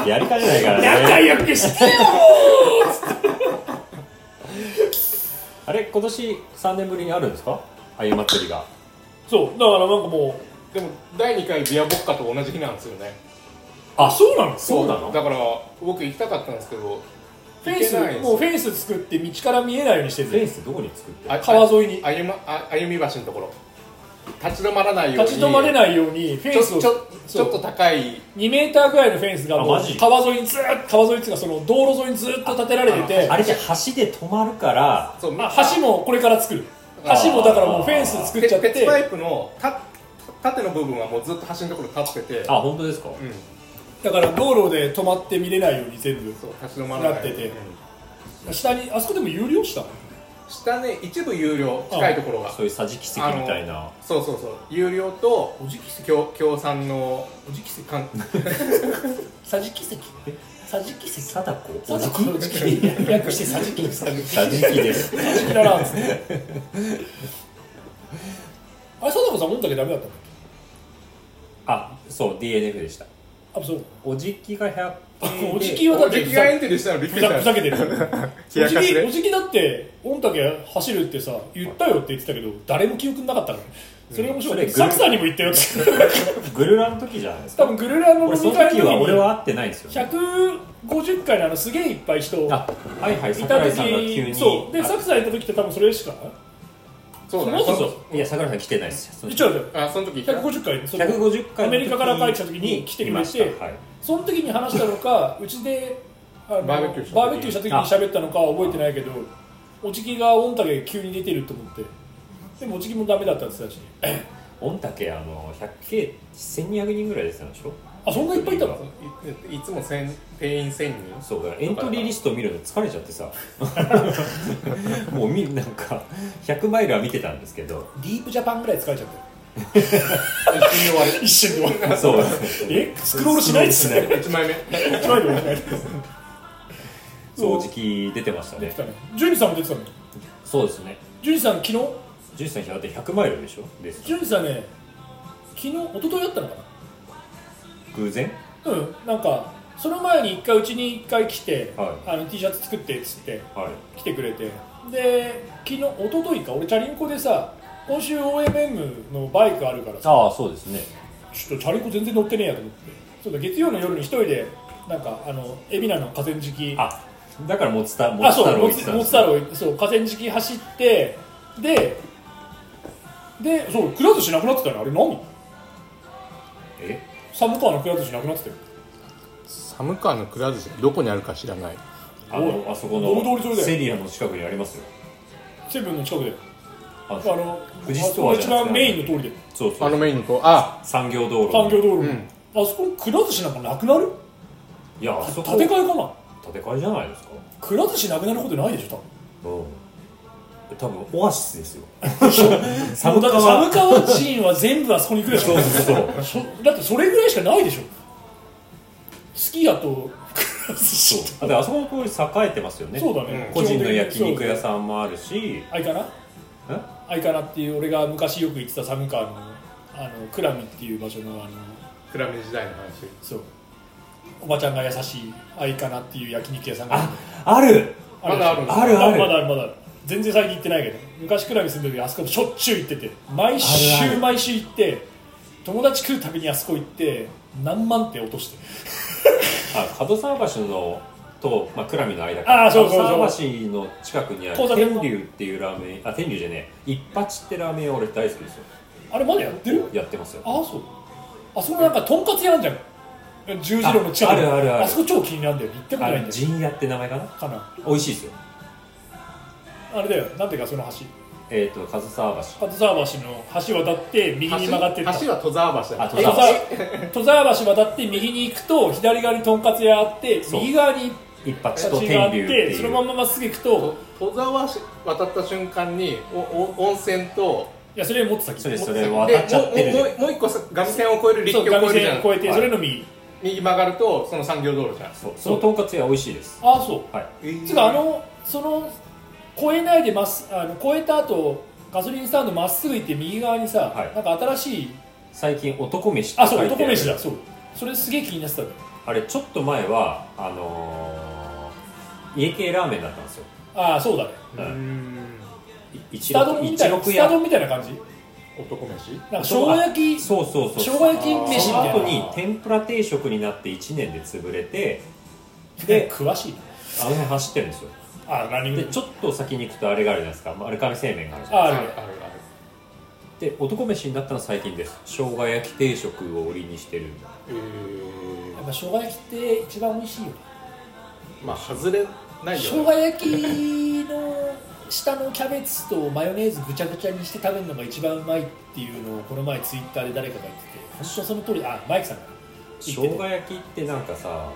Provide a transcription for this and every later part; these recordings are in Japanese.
ってやりかねないから仲ね良くしてよあれ今年3年ぶりにあるんですかあゆ祭りがそうだからなんかもでも第2回ビアボッカと同じ日なんですよねうあそうなのそうなのだから僕行きたかったんですけどフェン行けないでスすもうフェンス作って道から見えないようにしてフェンてスどこに作ってるあ川沿いにあゆまあ歩み橋のところ立ち止まらないように立ち止まれないようにフちェょンスをちょちょっと高い2メーターぐらいのフェンスがもあうマジ川沿いにずーっと川沿いっていうかその道路沿いにずーっと建てられててあれじゃ橋で止まるからそうあ橋もこれから作るあ橋もだからもうフェンス作っペちゃってペツパイプのた縦の部分はもうずっと橋のところ立っててあ本当ですかうんだから道路で止まって見れないように全部そう立ち止まらないなっててうん下にあそこでも有料した下ね一部有料近いところがそういう桟敷席みたいなそうそうそう有料とおじき席共共産のおじき席かん桟敷席桟敷席貞子桟おじき敷席略して桟敷桟桟敷です 敷だなっつってあれ貞子さんもんだけダメだったんだっあそう DNF でしたけあそうおじきが100均でおじきはだって敵がエントリーしたのびっくふりざしたふざけ てる冷やかしおでじきだって御嶽走るってさ言ったよって言ってたけど誰も記憶になかったからそれが面白い、うんそれサクさんにも言ったよって グルラの時じゃないです多か分グルラの俺その飲み会時のは俺時には会ってないんですよ、ね、 150回のあのすげえいっぱい人いあはいはいた桜井さんが急時にそうであサクさんいた時って多分それしかそうそだのそう後ねそういや桜井さん来てないですよ一応だよあその時150回その150回アメリカから帰ってきた時に来てくれていましたはいその時に話したの かうちであのバーベキューした時バーベキューした時に喋ったのかは覚えてないけどおじきが御嶽急に出てると思ってでもおじきもダメだったって言ってたし御嶽あの 100K1200 人ぐらい出てたんでしょあそんないっぱいいたのいいつも千定員1000人そうだからエントリーリスト見るの疲れちゃって さもうみなんか100マイルは見てたんですけ どディープジャパンぐらい疲れちゃった一瞬で終わ よ一瞬で終わるそうえスクロールしないっ すねり1枚目一枚で終わらない掃除機出てました出てねたねジュニさんも出てたのそうですねジュニさん昨日ジュンさんだって100マイルでしょですジュニさんね昨日一昨日やったのか偶然なうんなんかその前に一回うちに一回来て、はあの T シャツ作ってっつってはい来てくれてで昨日一昨日か俺チャリンコでさ今週 OMM のバイクあるからさああそうですねちょっとチャリンコ全然乗ってねえやと思ってそうだ月曜の夜に一人でなんかあの海老名の河川敷あだからモツタモあツそ太う郎モ行っツてたんモでツす太よ郎そう河川敷走ってででそうくら寿司なくなってたねあれ何え寒川のくら寿司なくなってたよ寒川のくら寿司どこにあるか知らないあのあそこ大通りのだよセリアの近くにありますよセブンの近くでああの富士ストアじ一ゃないですか番メインの通りでそうそあのうメインの子あ産業道路産業道路の、うんあそこのくら寿司なんかなくなるいやあそこ建て替えかな建て替えじゃないですかくら寿司なくなることないでしょ多分うん多分オアシスですよ サ寒ムカ川ワ人は全部あそこに行くでしょそうそうそうそだってそれぐらいしかないでしょスキヤとくら寿司とそうであそこの通り栄えてますよねそうだね、うん個人の焼肉屋さんもあるしあいかなえあいかなっていう俺が昔よく行ってた寒川のあのクラミっていう場所のあのあクラミ時代の話そうおばちゃんが優しいあいかなっていう焼肉屋さんがああるるまだあるんですあるあるまだあるまだある全然最近行ってないけど昔クラミ住んでる時あそこしょっちゅう行ってて毎あるあ週る毎週行って友達来るたびにあそこ行って何万って落としてあ門沢橋のと、まあ、倉見の間あーそうそうそう門沢橋の近くにあ交る差点天の竜っていうラーメンあ天竜じゃねえ一八ってラーメン屋俺大好きですよあれまだやってるやってますよああそうあそこなんかとんかつ屋あんじゃん十字路の近くああるあるあるそこ超気になるんだよ行ったことあないんれだよ陣屋って名前かなかな美味しいですよあれだよなんていうかその橋えっ、と門沢橋鳩沢橋の橋渡って右に曲がって橋った橋は戸沢橋だあ戸戸沢沢戸沢橋渡って右に行くと左側にとんかつ屋あってそう右側に一八立とちがあ天竜っっていてうそのまままっすぐ行くと戸沢橋渡った瞬間におお温泉といやそれ持って先それ持そってれ先渡っちゃってるでじゃもんうもうもう一個さガミ線を越える立そう教を上越える線じゃん越えてはいそれの右右曲がるとその産業道路じゃんそうそのとんかつ屋美味しいですああそうはいつうかあのその越えないでまっすあの越えた後ガソリンスタンドまっすぐ行って右側にさはいなんか新しい最近男飯ってあそ書ういてる男飯だそうそれすげえ気になってたのあれちょっと前はあのー家系ラーメンだったんですよああそうだねううんんいス一タ丼六みた一いな六スタ屋丼みたいな感じ男飯なんか生姜焼き生そうそうそう姜焼き飯そみのた後いなに天ぷら定食になって1年で潰れてでで詳しいなあの辺走ってるんですよあ何でもちょっと先に行くとあれがあるじゃないですか丸亀製麺があるじゃないああるるあねるあで男飯になったのは最近です生姜焼き定食を売りにしてるるえやっぱ生姜焼きって一番美味しいよねーまあ外れない生よ姜ね焼きの下のキャベツとマヨネーズぐちゃぐちゃにして食べるのが一番うまいっていうのをこの前ツイッターで誰かが言ってて本当その通りあマイクさんが生姜焼きってなんかさ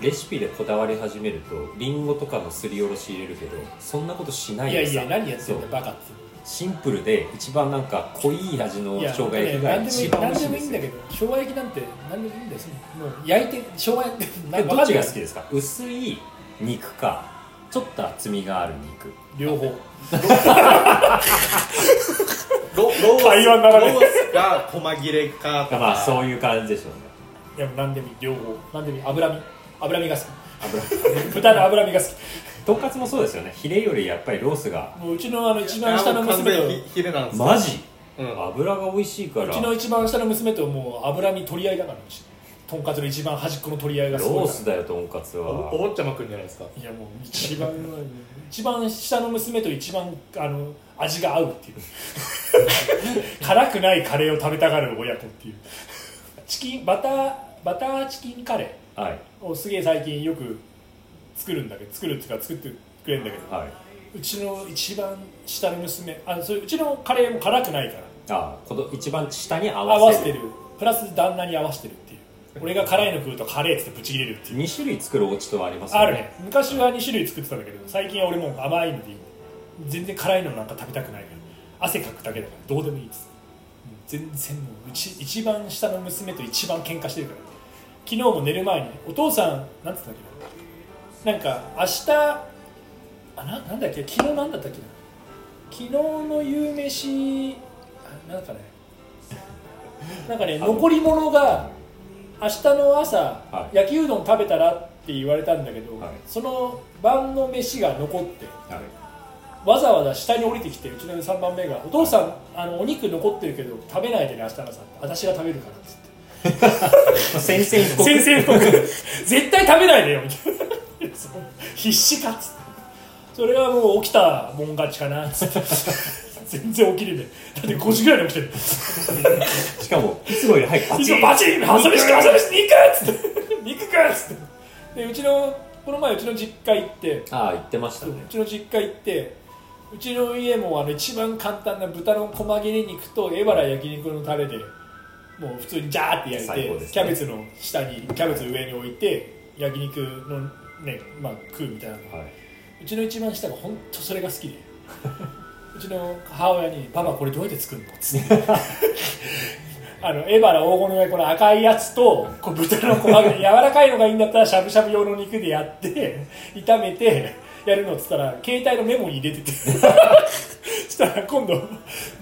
レシピでこだわり始めるとりんごとかのすりおろし入れるけどそんなことしないいでやさいや何やってんだそようバカってシンプルで一番なんか濃い味のい生や姜焼きが本当一ね番美何味しでいんでもいいんすだよけど生姜焼きなんて何でもいいんですもう焼いて生姜焼 きってで何どっちが好きですか薄い肉かちょっと厚みがある肉両方ロロース会話にならないロースが細切れかとかまあそういう感じでしょうねいやもう何でもいい両方何でもいい脂身脂身が好き 油豚の脂身が好とんかつもそうですよねヒレよりやっぱりロースがきもううちのあの一番あ下ものう完娘と全にヒレなんですよマジうん油が美味しいからうちの一番下の娘ともう脂身取り合いだからうちとんかつの一番端っこの取り合いがすごいかローらスだよとんかつはおお坊ちゃまくんじゃないですかいやもう一番一番下の娘と一番あの味が合うっていう辛くないカレーを食べたがる親子っていうチキンバターバターチキンカレはいーをすげえ最近よく作るんだけど作るっていうか作ってくれるんだけどはいうちの一番下の娘あそれうちのカレーも辛くないからあこの一番下に合合わわせせてるるプラス旦那に合わせてるっていう俺が辛いの食うとカレーっつってブチ切れるっていう2種類作るお家とはありますよあるね昔は2種類作ってたんだけど最近は俺もう甘いのでいい全然辛いのなんか食べたくないから汗かくだけだからどうでもいいです全然もううち一番下の娘と一番喧嘩してるから昨日も寝る前にお父さんなんつったんだっけなんか明日あななんだっけ昨日なんだったっけな昨日の夕飯あなんかねなんかねあの残り物が明日の朝、はい焼きうどん食べたらって言われたんだけど、はいその晩の飯が残ってはいわざわざ下に降りてきてうちの3番目が「お父さんあのお肉残ってるけど食べないでね明日の朝私が食べるから」っつって先生「 先生僕絶対食べないでよ」みたいな そう必死かっつってそれはもう起きたもん勝ちかなっつって 全然起きれねえだって5時ぐらいに起きてるしかもいつもより早くいつもバチン朝飯か朝飯肉っつって肉かっつってでうちのこの前うちの実家行ってああ言ってましたうねちの実家行ってうちの家もあの一番簡単な豚の細切れ肉とエバラ焼肉のタレでもう普通にジャーって焼い最て、高ですねキャベツの下にキャベツ上に置いて焼肉のね、まあ、食うみたいなのはいうちの一番下が本当それが好き でうちの母親に「パパこれどうやって作るの?」っつってあのエバラ黄金の上この赤いやつとこう豚の細切れ柔らかいのがいいんだったらしゃぶしゃぶ用の肉でやって炒めてやるのっつったら携帯のメモに入れててしたら今度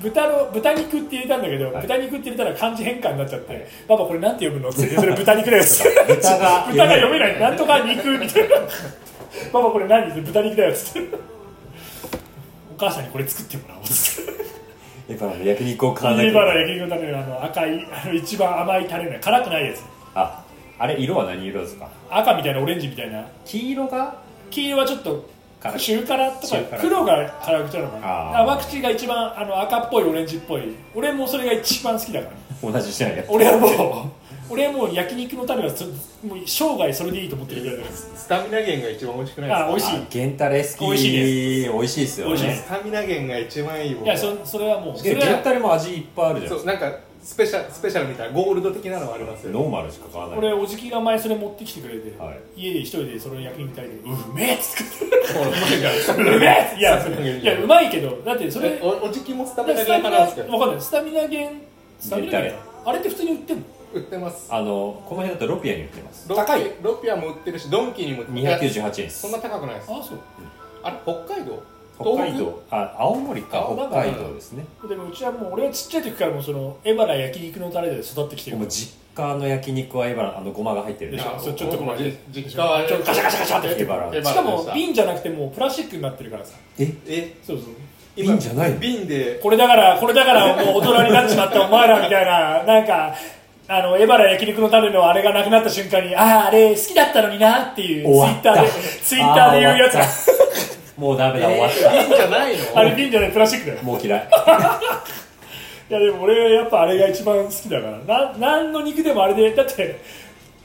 豚の豚肉って入れたんだけど、はい豚肉って入れたら漢字変換になっちゃって「パパこれなんて読むの?」っつって「それ豚肉だよ」っつって豚が豚が読めないなんとか肉みたいな「ママこれ何?」って豚肉だよ」っつってお母さんにこれ作ってもらおうっつってエバラの焼肉を買わなきゃい家けないバラ焼き肉のためのあの赤いあの一番甘いタレの辛くないやつああれ色は何色ですか赤みたいなオレンジみたいな黄色が黄色はちょっと辛い中辛とか中辛黒が辛口なのかあなー甘口が一番あの赤っぽいオレンジっぽい俺もそれが一番好きだから同じじゃないや俺はもう俺はもう焼肉のタレはそもう生涯それでいいと思ってるぐらいだかスタミナ源が一番美味しくないでらすかあ美味しいあゲンタレ好き美味しい美味しいですよ美味しいでねすスタミナ源が一番いい僕いはやそそれはもうそでれはゲンタレも味いっぱいあるじゃないそでうなんかスペシャルスペシャルみたいなゴールド的なのはありますすかよ、ノーマルしか買わない俺おじきが前それ持ってきてくれて、はい家で一人でそれを焼き肉炊いてうめえっつって もうなんかうめえっつっていやそそうれいういやうまいけどだってそれえおおじきもスタミナスタミ源ナ派なんですけどわかんないスタミナ源スタミナ源絶あれって普通に売ってんの売ってますあのこの辺だとロピアに売ってますロピ高いロピアも売ってるしドンキにも売ってる298円ですそんな高くないですあそうあれ北海道北海道あ青森か青北森海道ですねでもうちはもう俺はちっちゃい時からもうそのエバラ焼き肉のタレで育ってきてでるも実家の焼肉はエバラあのごまが入ってるでしいやょそうちょっとごめんじ実家はちょっとガシャガシャガシャってエバラしかもン瓶じゃなくてもうプラスチックになってるからさええそうそう瓶じゃないの瓶でこれだからこれだからもう大人になっちまったお前らみたいななんかあのエバラ焼肉のためのあれがなくなった瞬間にあああれ好きだったのになっていうツイ終わッっタたーでツイッターで言うやつあ終わったもうダメだ終わっ 瓶じゃないのあれ瓶じゃないプラスチックだよたもう嫌いいやでも俺はやっぱあれが一番好きだからな何の肉でもあれでだって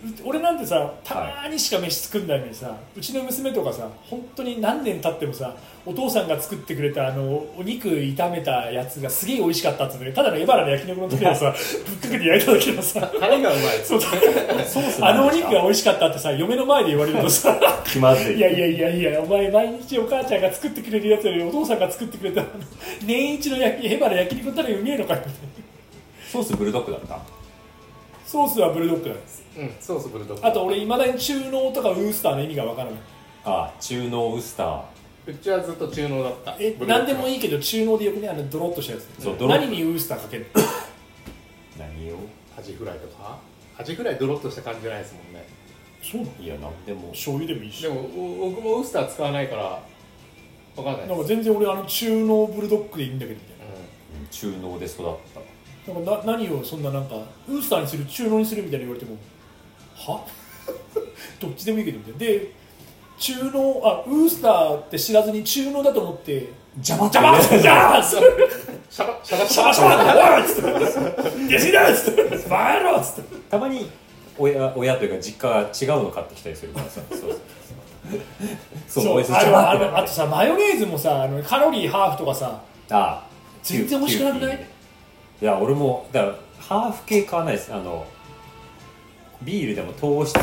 う俺なんてさたまにしか飯作んないのにさ、うちの娘とかさ本当に何年経ってもさお父さんが作ってくれたあのお肉炒めたやつがすげえ美味しかったっつってただのエバラの焼き肉の時はさぶっかけて焼いた時のさタレがうまいそうソースなあんのおです肉かが美味しかったってさ嫁の前で言われるとさ気まずいいやいやいやいや、お前、毎日お母ちゃんが作ってくれるやつより、お父さんが作ってくれたあの年一の焼き、ヘバラ焼き肉たらうめえのかよみたいな。ソースブルドッグだったソースはブルドッグなんです。うんソースブルドッグあと、俺、いまだに中濃とかウースターの意味がわからない。あ中濃ウスターうちはずっと中濃だったえ、なんでもいいけど、中濃でよくね、あの、ドロッとしたやつ。そうドロッ何にウースターかける何をアジフライとかアジフライドロッとした感じじゃないですもんねそうなのいやなんでも醤油でもいいしで。もお僕もウスター使わないからわかんないでなんすか全然俺、あの、中濃ブルドッグでいいんだけど、みたいな。うん中濃で育ったなんかな何をそんななんかウースターにする中濃にするみたいに言われてもは どっちでもいいけどみたいなで中濃あウースターって知らずに中濃だと思って邪魔「ジャバッジャバッシうんシャバシャバシャャババシャバッ!」っつって「いや死んだ!」っつって「バカ野郎!」っつってたまに親親というか実家が違うの買ってきたりするからさそうそうそうおやつあ邪の魔あってのあとさマヨネーズもさあのカロリーハーフとかさあ全然美味しくなくないキューピーいや俺もだからハーフ系買わないですあのビールでも糖質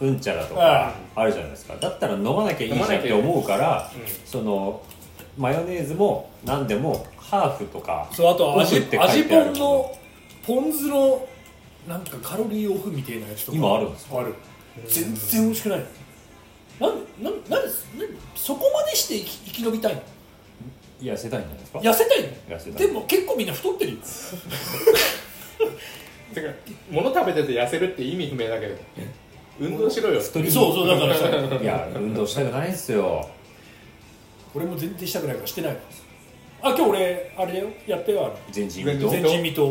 うんちゃらとかあるじゃないですかだったら飲まなきゃいいじゃん飲まっなきゃいてい思うから、うんそのマヨネーズも何でもハーフとかそうあと味オフって書いてあ味るポンのポン酢のなんかカロリーオフみたいなやつとか今あるんですある全然美味しくないなんなんなんでなんそこまでして生き生き延びたいの痩せたいんじゃないですか痩せたい痩せのたいでも結構みんな太ってるよてか物食べてて痩せるって意味不明だけど運動しろよ太りそうそうだからさいや運動したくないんですよ俺も全然したくないからしてないあ今日俺あれだよやったよ全人運動前人未到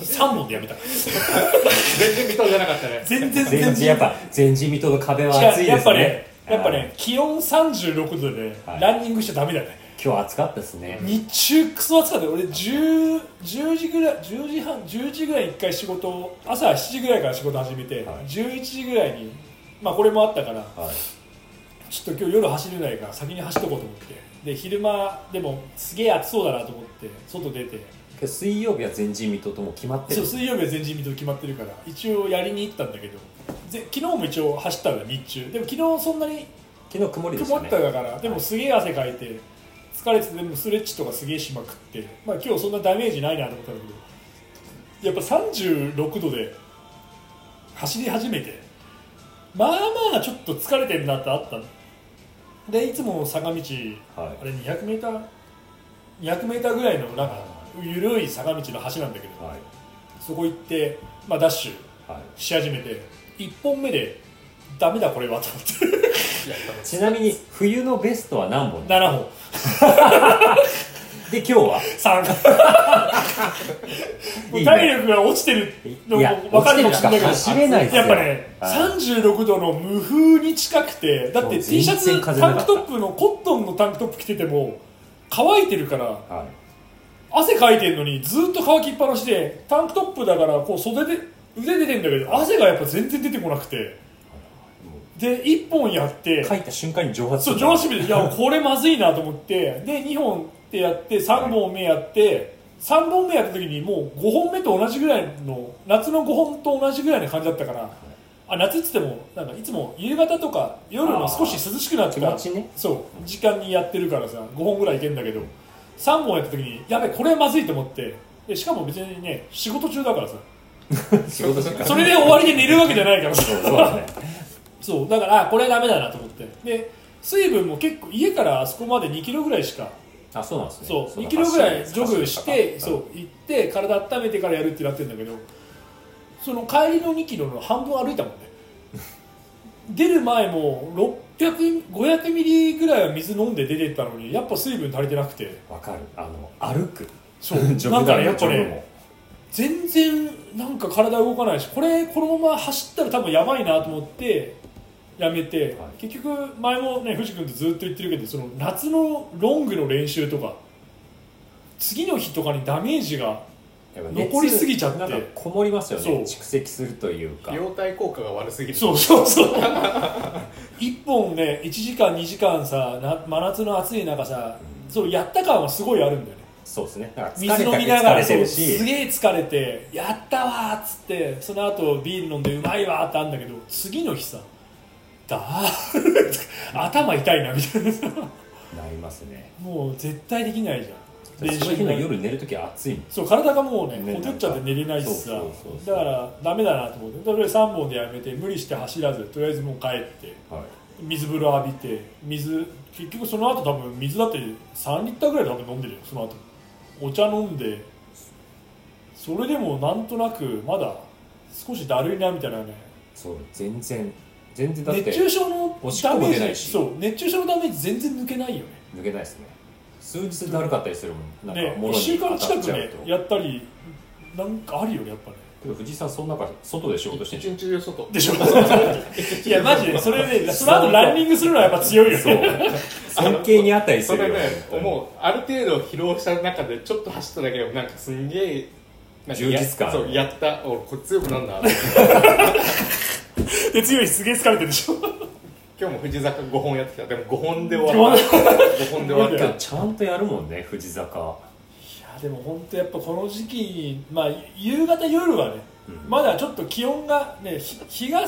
3本でやめた全然見当じゃなかっ たね全然全人やっぱ前人未到の壁は厚違いうでやっすぱねねやっぱはねい気温36度でねはいランニングしちゃダメだね今日暑かったですね日中クソ暑かったよ俺 10, 10時ぐらい10時半10時ぐらいに1回仕事を朝7時ぐらいから仕事始めて、はい11時ぐらいにまあこれもあったからはいちょっと今日夜走れないから先に走っとこうと思ってで昼間でもすげえ暑そうだなと思って外出てけど水曜日は前人未到ともう決まってそるう水曜日は前人未到決まってるから一応やりに行ったんだけどぜ昨日も一応走ったんだ日中でも昨日そんなに昨日曇りでした曇っねただからでもすげえ汗かいて疲れててでもストレッチとかすげえしまくって、まあ、今日そんなダメージないなと思ったんだけどやっぱ36度で走り始めてまあまあちょっと疲れてるなってあったのでいつも坂道、はいあれ 200m200m ぐらいのなんか緩い坂道の橋なんだけど、はいそこ行って、まあ、ダッシュはいし始めて1本目でダメだこれはと思って ちなみに冬のベストは何本で7本今日は 三。もう体力が落ちてるのいやも分かるかもしれないけど落ちてるのしか走れないですよやっぱね、はい36度の無風に近くてだってそう T シャ全ツ然風タなンかクったトップのコットンのタンクトップ着てても乾いてるからは汗かいてるのにずっと乾きっぱなしでタンクトップだからこう袖で腕出てんだけど汗がやっぱ全然出てこなくてで1本やってい書いた瞬間に蒸発すそうる上司見ていやこれまずいなと思ってで2本ってやって3本目やって3本目やった時にもう5本目と同じぐらいの夏の5本と同じぐらいの感じだったからあ夏っつってもなんかいつも夕方とか夜の少し涼しくなってからあー気持ちねそう時間にやってるからさ5本ぐらいいけんだけど3本やった時にやべこれまずいと思ってでしかも別にね仕事中だからさ仕事時間それで終わりで寝るわけじゃないからさそうそうだねそうだからあこれはダメだなと思ってで水分も結構家からあそこまで2キロぐらいしかあそうなんですねそうの2キロぐらいジョグ走りし走りて方そう行って体温めてからやるってなってるんだけどその帰りの2キロの半分歩いたもん ね出る前も600500ミリぐらいは水飲んで出てったのにやっぱ水分足りてなくてわかるあの歩くそう ジなョんグかだねやっねジぱョグねも全然なんか体動かないしこれこのまま走ったら多分やばいなと思ってやめて、はい結局前もね藤君とずっと言ってるけどその夏のロングの練習とか次の日とかにダメージがやっぱ残りすぎちゃってなんかこもりますよねそう蓄積するというか容体効果が悪すぎるそうそうそう 一本ね1時間2時間さな真夏の暑い中さそうやった感はすごいあるんだよねそうですねだから疲水飲みれたなが疲られそてうるすしげえ疲れてやったわーっつってその後ビール飲んでうまいわーってあるんだけど次の日さだー 頭痛いなみたいなさなりますねもう絶対できないじゃんその日のが夜寝るとき暑いもんそう体がもうねねほてっちゃって寝れないしさそうそうそうそうだからダメだなと思ってとりあえず3本でやめて無理して走らずとりあえずもう帰ってはい水風呂浴びて水結局その後多分水だって3リッターぐらい多分飲んでるよその後お茶飲んでそれでもなんとなくまだ少しだるいなみたいなねそう全然全然だっ熱て中症のおしっダこメも出なーいジしそう熱中症のダメージ全然抜けないよね抜けないですね数日だるかったりするもんなんねか1物週に間当近たっくちゃうねとやったりなんかあるよねやっぱねけど藤井さんその中外で仕事して一る日中外でしょ いやマジでそれで、その後ランニングするのはやっぱ強いよそうね尊敬にあったりすそるれよね本当に思うある程度疲労した中でちょっと走っただけでもなんかすんげえなんかや充実感そうやった俺これ強くなんだ今 で強いしすげえ疲れてるでしょ日も藤坂5本やってきたでも5本で終わった5本で終わけっどちゃんとやるもんね富士坂いやでも本当やっぱこの時期に、まあ、夕方夜はね、うんまだちょっと気温がね日日が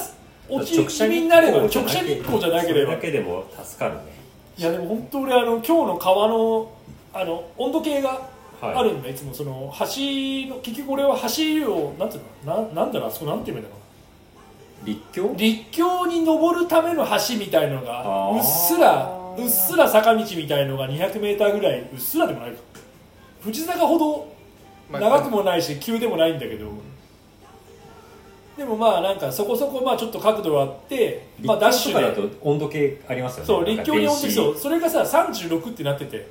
落ち直気射味日になれば光直射日光じゃなけれそばれだけでも助かるねいやでも本当俺あの今日の川のあの温度計がはいあるんで、い、つもその橋の結局俺は橋をなんていうのななんだろうあそこなんていうのか立教な立橋に登るための橋みたいのがあーうっすらうっすら坂道みたいのが 200m ぐらいうっすらでもないか富士坂ほどた長くもないし急でもないんだけどでもまあなんかそこそこまあちょっと角度があって、まあ、ダッシ立教とュかでだと温度計ありますよねそう立教になん温か度電計子そうそれがさ36ってなってて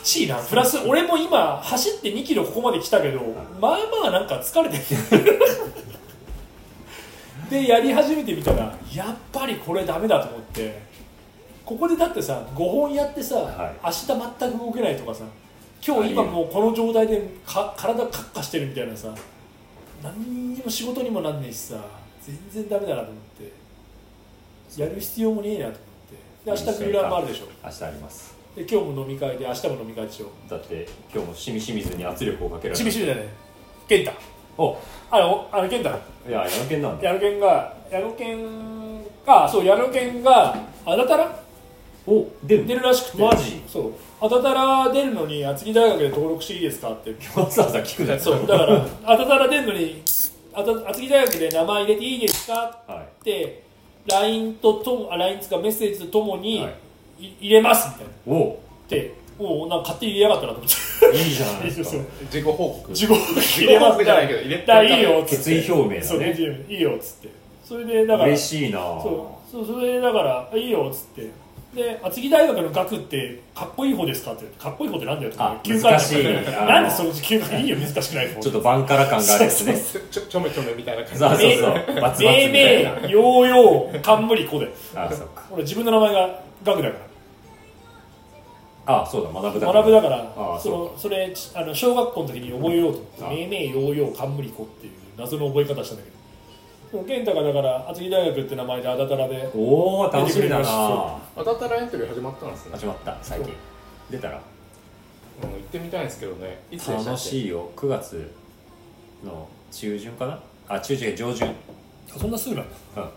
暑いなプラス俺も今走って2キロここまで来たけどまあまあなんか疲れてる でやり始めてみたらやっぱりこれダメだと思ってここでだってさ5本やってさ、はい明日全く動けないとかさ今日今もうこの状態でか体カッカしてるみたいなさ何にも仕事にもなんねえしさ全然ダメだなと思ってやる必要もねえなと思ってで明日クーラーもあるでしょ明日ありますで今日も飲み会で明日も飲み会でしょだって今日もしみしみずに圧力をかけられしるびしびだね健太おあのあの健太いや山県なんだヤロケンがヤロケンがそうヤロケンがあだたらお出る出るらしくてマジそうあだたら出るのに厚木大学で登録していいですかってわざわざ聞くなそうだからあだたら出るのにあた厚木大学で名前入れていいですかはって LINE とともあ LINE つうかメッセージとともいに、はいい入れますみたいなおでおうなんか勝手に入れやがったなと思っていいじゃないですか自己報告自己自己報告じゃないけど入れだからいいよっつって決意表明そうだねいいよっつってそれでだから嬉しいなそうそうそれでだからいいよっつってで厚木大学の学ってかっこいい方ですかってかっこいい方ってなんだよってあ休暇難しいあの なんでその休暇いいよ難しくない方ちょっとバンカラ感があるやつねちょちょちょめちょめみたいな感じそうそうそうバツバツみためいめいいなようよう冠子であそっか俺自分の名前が学だからあそうだ学ぶだ学ぶだからああそそうのそれあの小学校の時に覚えようと思あっあて「めいめいようよう冠子」っていう謎の覚え方したんだけどでも健太がだから厚木大学って名前であだたらでおお楽しみだ出てくれまなしたそあだたらエントリー始まったんですね始まった最近そう出たらうん行ってみたいんですけどねいつでした楽っけしいよ9月の中旬かなあ中旬上旬あそんなすぐなんだうん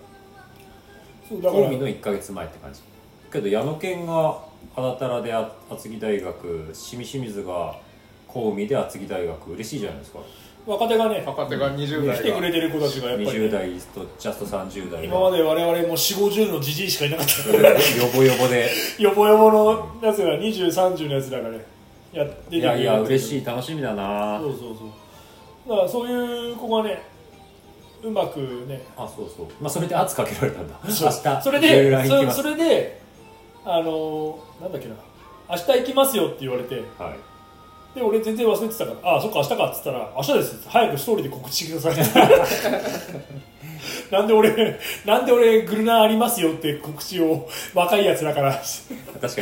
そうだかコらンビの1か月前って感じけど矢野健があだたらであ厚木大学しみしみずがコウミで厚木大学嬉しいじゃないですか若手がね若手が20代が来てくれてる子たちがやっぱりね、 20代とジャスト30代今までで我々も4 5 0のじじいしかいなかった ヨボヨボ でよぼよぼのやつら2030のやつらがねやっ ていやいや嬉いしい楽しみだなそうそうそうだからそういう子がねうまくねあそうそうまあそれで圧かけられたんだ明 そう日それレギュでラー行きまそすそれであのーなんだっけな明日行きますよって言われてはいで俺全然忘れてたから「ああそっか明日か」っつったら「明日です」って早くストーリーで告知してくださいって なんで俺なんで俺グルナーありますよって告知を若いやつだから確か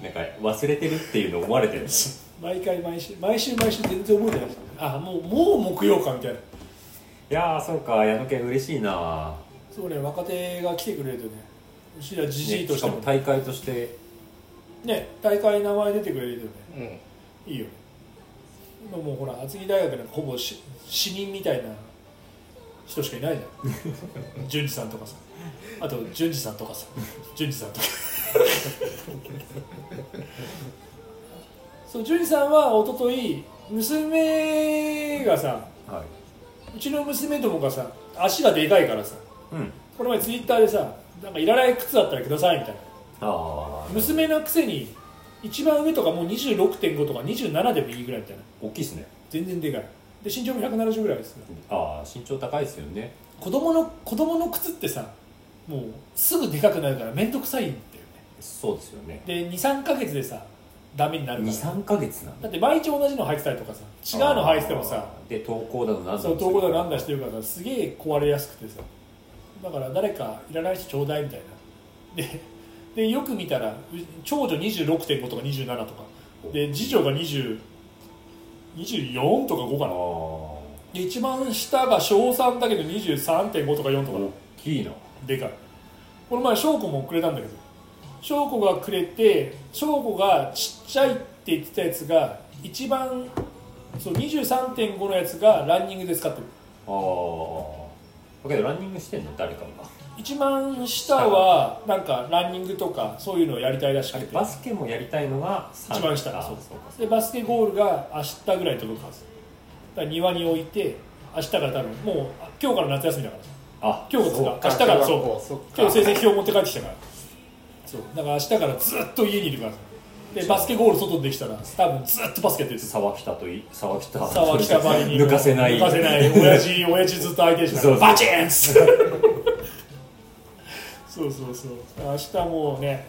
になんか忘れてるっていうの思われてるんです毎回毎週毎週毎週全然覚えてないあもうもう木曜かみたいないやーそうか矢野健嬉しいなそうね若手が来てくれるとねうちらじじいとねししてかもも大会としてね大会名前出てくれるとねうんいいよね今もうほら厚木大学なんかほぼし死人みたいな人しかいないじゃん淳二さんとかさあと淳二さんとかさ淳二さんとかそう淳二さんは一昨日娘がさはいうちの娘どもがさ足がでかいからさうんこの前ツイッターでさなんかいらない靴あったらくださいみたいなああ娘のくせに一番上とかもう26.5とか27でもいいぐらいみたいな大きいですね全然でかいで身長も170ぐらいですああ身長高いですよね子供の子供の靴ってさもうすぐでかくなるから面倒くさいんだよそうですよねねで23か月でさダメになるから23か月なんだだって毎日同じの履いてたりとかさ違うの履いててもさあーで投稿だのなんだのそうどこだなんだししてるからさすげえ壊れやすくてさだから誰かいらない人ちょうだいみたいなででよく見たらう長女26.5とか27とかで次女が20 24とか5あかあな大で一番下が小3だけど23.5とか4とかきいなでかいこの前翔子もくれたんだけど翔子がくれて翔子がちっちゃいって言ってたやつが一番そう23.5のやつがランニングで使ってるああだけどランニングしてんの誰かが一番下はなんかランニングとかそういうのをやりたいらしあくれてバスケもやりたいのが一番下あーそそううそうかでバスケゴールが明日ぐらいに届くはずだから庭に置いて明日から多分もうあ今日から夏休みだからあ今日ですそかう明日からそううそっ今日成か績表持って帰ってきたからそうだから明日からずっと家にいるからでバスケゴール外にできたら多分ずっとバスケやってる沢北とい沢北沢北ばりに抜かせない抜かせない親父親父ずっと相手にしながそうらそうバチーンっつってそうそうそう明日もうね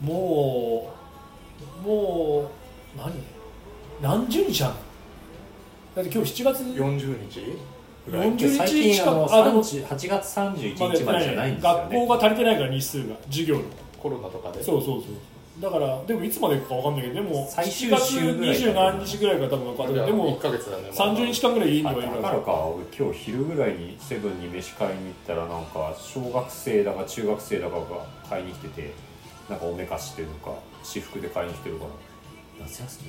もうもう何何十日あんのだって今日7月40日40最日近あ近のくあでも30 8月31日までじゃないんですよ学校ねが足りてないから日数が授業のコロナとかでそうそうそうだからでもいつまで行くかわかんないけどでも最7終月週ぐらい20何日ぐらいから多分学校ででもも1ヶ月だねまだ30日間ぐらい家にあはいだるかかららか俺今日昼ぐらいにセブンに飯買いに行ったらなんか小学生だか中学生だかが買いに来ててなんかおめかしっていうのか私服で買いに来てるから夏休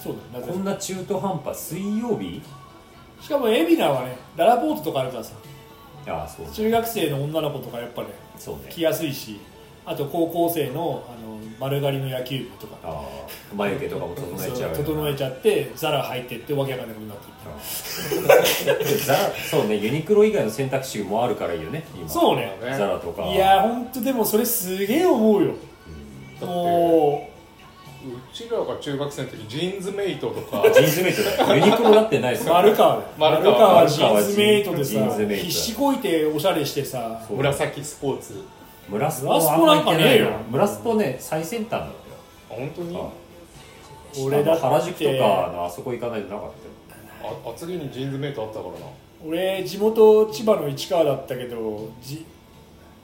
そうだみねこんな中途半端水曜日しかも海老名はねララポートとかあるからさああそう中学生の女の子とかやっぱねそうね来やすいしあと高校生のあの丸刈りの野球部とかああ眉毛とかも整えちゃうそう整えゃうちゃってザラ入ってってわけわかんなくなっていったザラそうねユニクロ以外の選択肢もあるからいいよね今そうねザラとかいやーほんとでもそれすげえ思うよだってもうちらが中学生の時ジーンズメイトと かジーンズメイトだよユニクロだってないですうよ丸川だよ丸丸川川ジーンズメイトでジーンさズメイトだ必死こいておしゃれしてさそう紫スポーツムラスポムラスポなんかねえよあんま行ってないなムラスポね最先端なんだよあ本当にあ俺だってあの原宿とかのあそこ行かないとなかったあ厚木にジーンズメイトあったからな俺地元千葉の市川だったけどじ、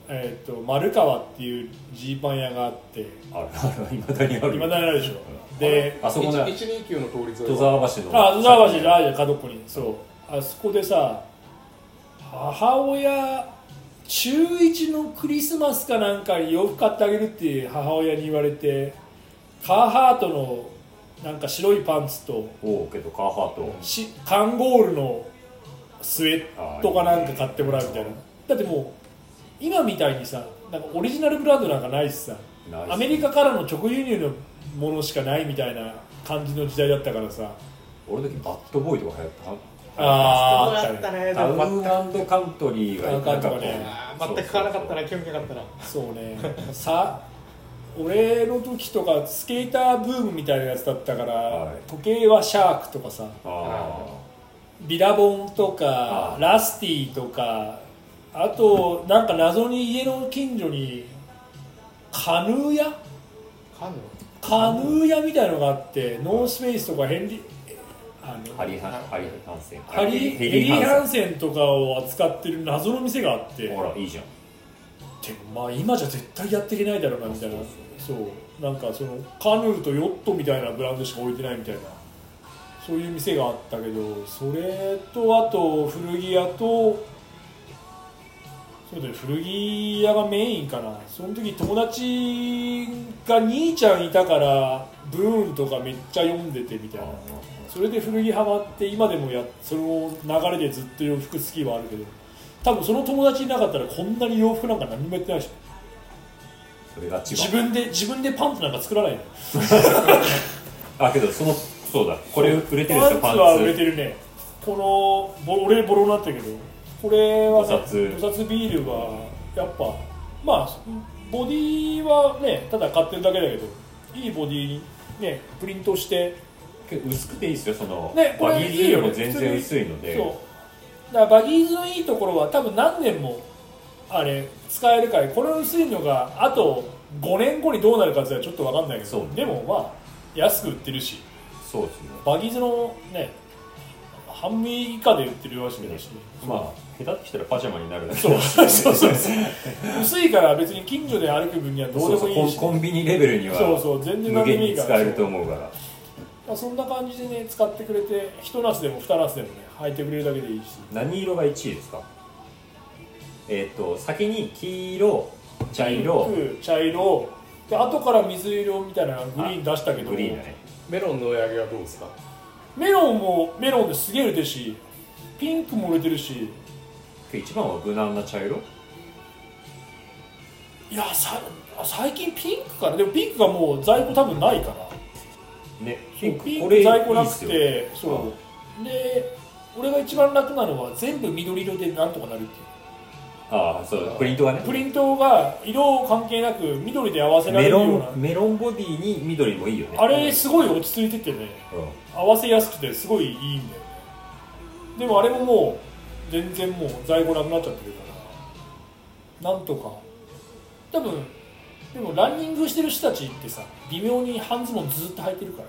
えー、と丸川っていうジーパン屋があってよあるあるいまだにある今だにあるでしょであそこね一129の通り沿い戸沢橋のあっ浦橋じゃない角っこにそうあそこでさ母親中1のクリスマスかなんかに洋服買ってあげるって母親に言われてカーハートのなんか白いパンツとおうけどカーハートしカンゴールのスウェットかなんか買ってもらうみたいなだってもう今みたいにさなんかオリジナルブランドなんかないしさないっすねアメリカからの直輸入のものしかないみたいな感じの時代だったからさ俺の時バッドボーイとか流行ったあーああっったたねねタウンカントリーがタウンカントリーねあー全く買わなかったな興味なかったなそうねさ俺の時とかスケーターブームみたいなやつだったから、はい時計はシャークとかさあビラボンとあかラスティとかあとなんか謎に家の近所にカヌー屋カヌーカヌー屋みたいのがあってノースペースとかヘンリあのハリー・ハンハリーハンセンハリーヘヘリリー・ー・ハハンンセセンとかを扱ってる謎の店があってンほらいいじゃんでもまあ今じゃ絶対やっていけないだろうなみたいなそうなんかそのカヌーとヨットみたいなブランドしか置いてないみたいなそういう店があったけどそれとあと古着屋とそうだね古着屋がメインかなその時友達が兄ちゃんいたからブーンとかめっちゃ読んでてみたいなそれで古着ハマって今でもやその流れでずっと洋服好きはあるけど多分その友達いなかったらこんなに洋服なんか何もやってないでしょそれが千自葉分で自分でパンツなんか作らないのあけどそのそうだこれ売れてるでパンしょツパンは売れツてるねこのボ俺ボロになったけどこれは、ね、お札お札ビールはやっぱまあボディはねただ買ってるだけだけどいいボディにねプリントしてけど薄くていいですよそのねこれバギーズいいよりよねも全然薄いのでそうだからバギーズのいいところは多分何年もあれ使えるからこれ薄いのがあと5年後にどうなるかっていうのはちょっと分かんないけそうどでもまあ安く売ってるしそうですねバギーズのね半身以下で売ってるらしいだし、まあ下手ってしたらパジャマになるだけそうそうそうそう薄いから別に近所で歩く分にはどうでもいいしコンコンビニレベルにはそうそう全然無何で限もいにいから使えると思うからまあそんな感じでね使ってくれて一夏でも二夏でもね履いてくれるだけでいいし何色が1位ですかえっ、と先に黄色茶色ピンク茶色で後から水色みたいなグリーン出したけどグリーンだねメロンの追い上げはどうですかメロンもメロンですげえ売れてるしピンクも売れてるし一番は無難な茶色いやさ最近ピンクかなでもピンクがもう在庫多分ないからねピンクこれ在庫なくいていっそうで俺が一番楽なのは全部緑色でなんとかなるっていうすよああそうプリントがねプリントが色関係なく緑で合わせらメれるよロうンメロンボディに緑もいいよねなあれすごい落ち着いててねう合わせやすくてすごいいいんだよねでもあれももう全然もう在庫なくなっちゃってるからなんとか多分でもランニングしてる人たちってさ微妙に半ズボンずっと履いてるからん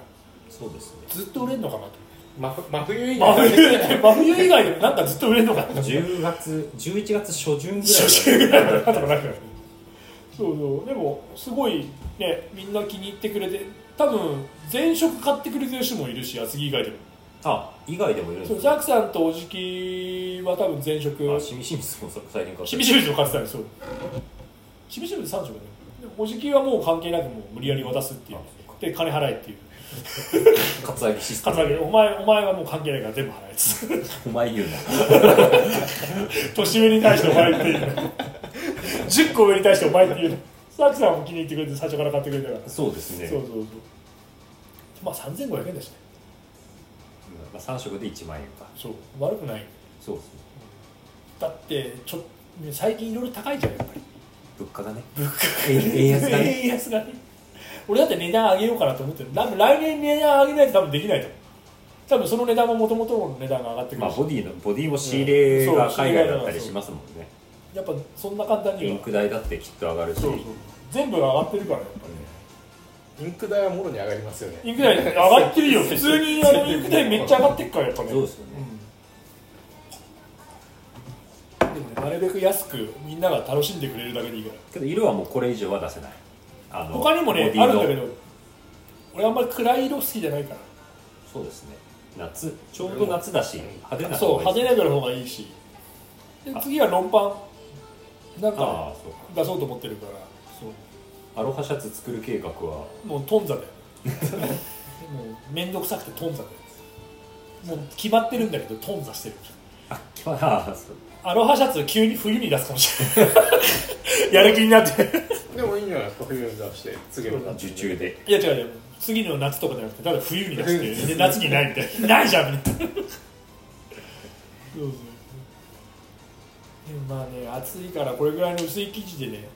そうですねずっと売れるのかなと真ふ真冬以真外冬以外真冬以外でもなんかずっと売れるのかな10月11月初旬ぐらい初週ぐらいの方もなんかそうそうでもすごいねみんな気に入ってくれて多分前職買ってくれてる人もいるし厚木以外でもあ以外でもいるんそうですザクさんとおじきは多分前職あしみしみスポンサー最近買ったしびしびと買ってたんですよしびしびで3食ねでおじきはもう関係なくもう無理やり渡すっていうあそうかで金払えっていうカツアゲシステかつあげムお前お前はもう関係ないから全部払えっつってお前言うな 年上に対してお前っていう10個上に対してお前っていうザクさんも気に入ってくれて最初から買ってくれたからそうですねそうそうそうまあ3500円だしねまあ、3色で1万円かそう悪くないそうですねだってちょね最近いろいろ高いじゃんやっぱり物価がね物価円安だ ね円安がね俺だって値段上げようかなと思ってる多分来年値段上げないと多分できないと思う多分その値段ももともとの値段が上がってくまあるし、ボディのボディも仕入れうんがそう海外だったりしますもんねやっぱそんな簡単にイはンク代だってきっと上がるしそうそう全部が上がってるからやっぱインク代はもろに上がりますよねりインク代上がって るよ普通にあのインク代めっちゃ上がってっからやっぱねそうですよねうんでもねなるべく安くみんなが楽しんでくれるだけでいいからけど色はもうこれ以上は出せないあの他にもねボディあのるんだけど俺あんまり暗い色好きじゃないかそうですね夏ちょうど夏だし派手ならそう方が派いい手な色の方がいいしで次はロンパンなんああかそうか出そうと思ってるからそうアロハシャツ作る計 画はもう頓挫だよもう面倒くさくて頓挫だよもう決まってるんだけど頓挫してるあ決まらあそうアロハシャツ急に冬に出すかもしれない やる気になってでもいいんじゃないですか冬に出して次の夏受注でいや違う違う次の夏とかじゃなくてただ冬に出してで夏にないみたいなないじゃんみたいなそうそうでもまあね暑いからこれぐらいの薄い生地でね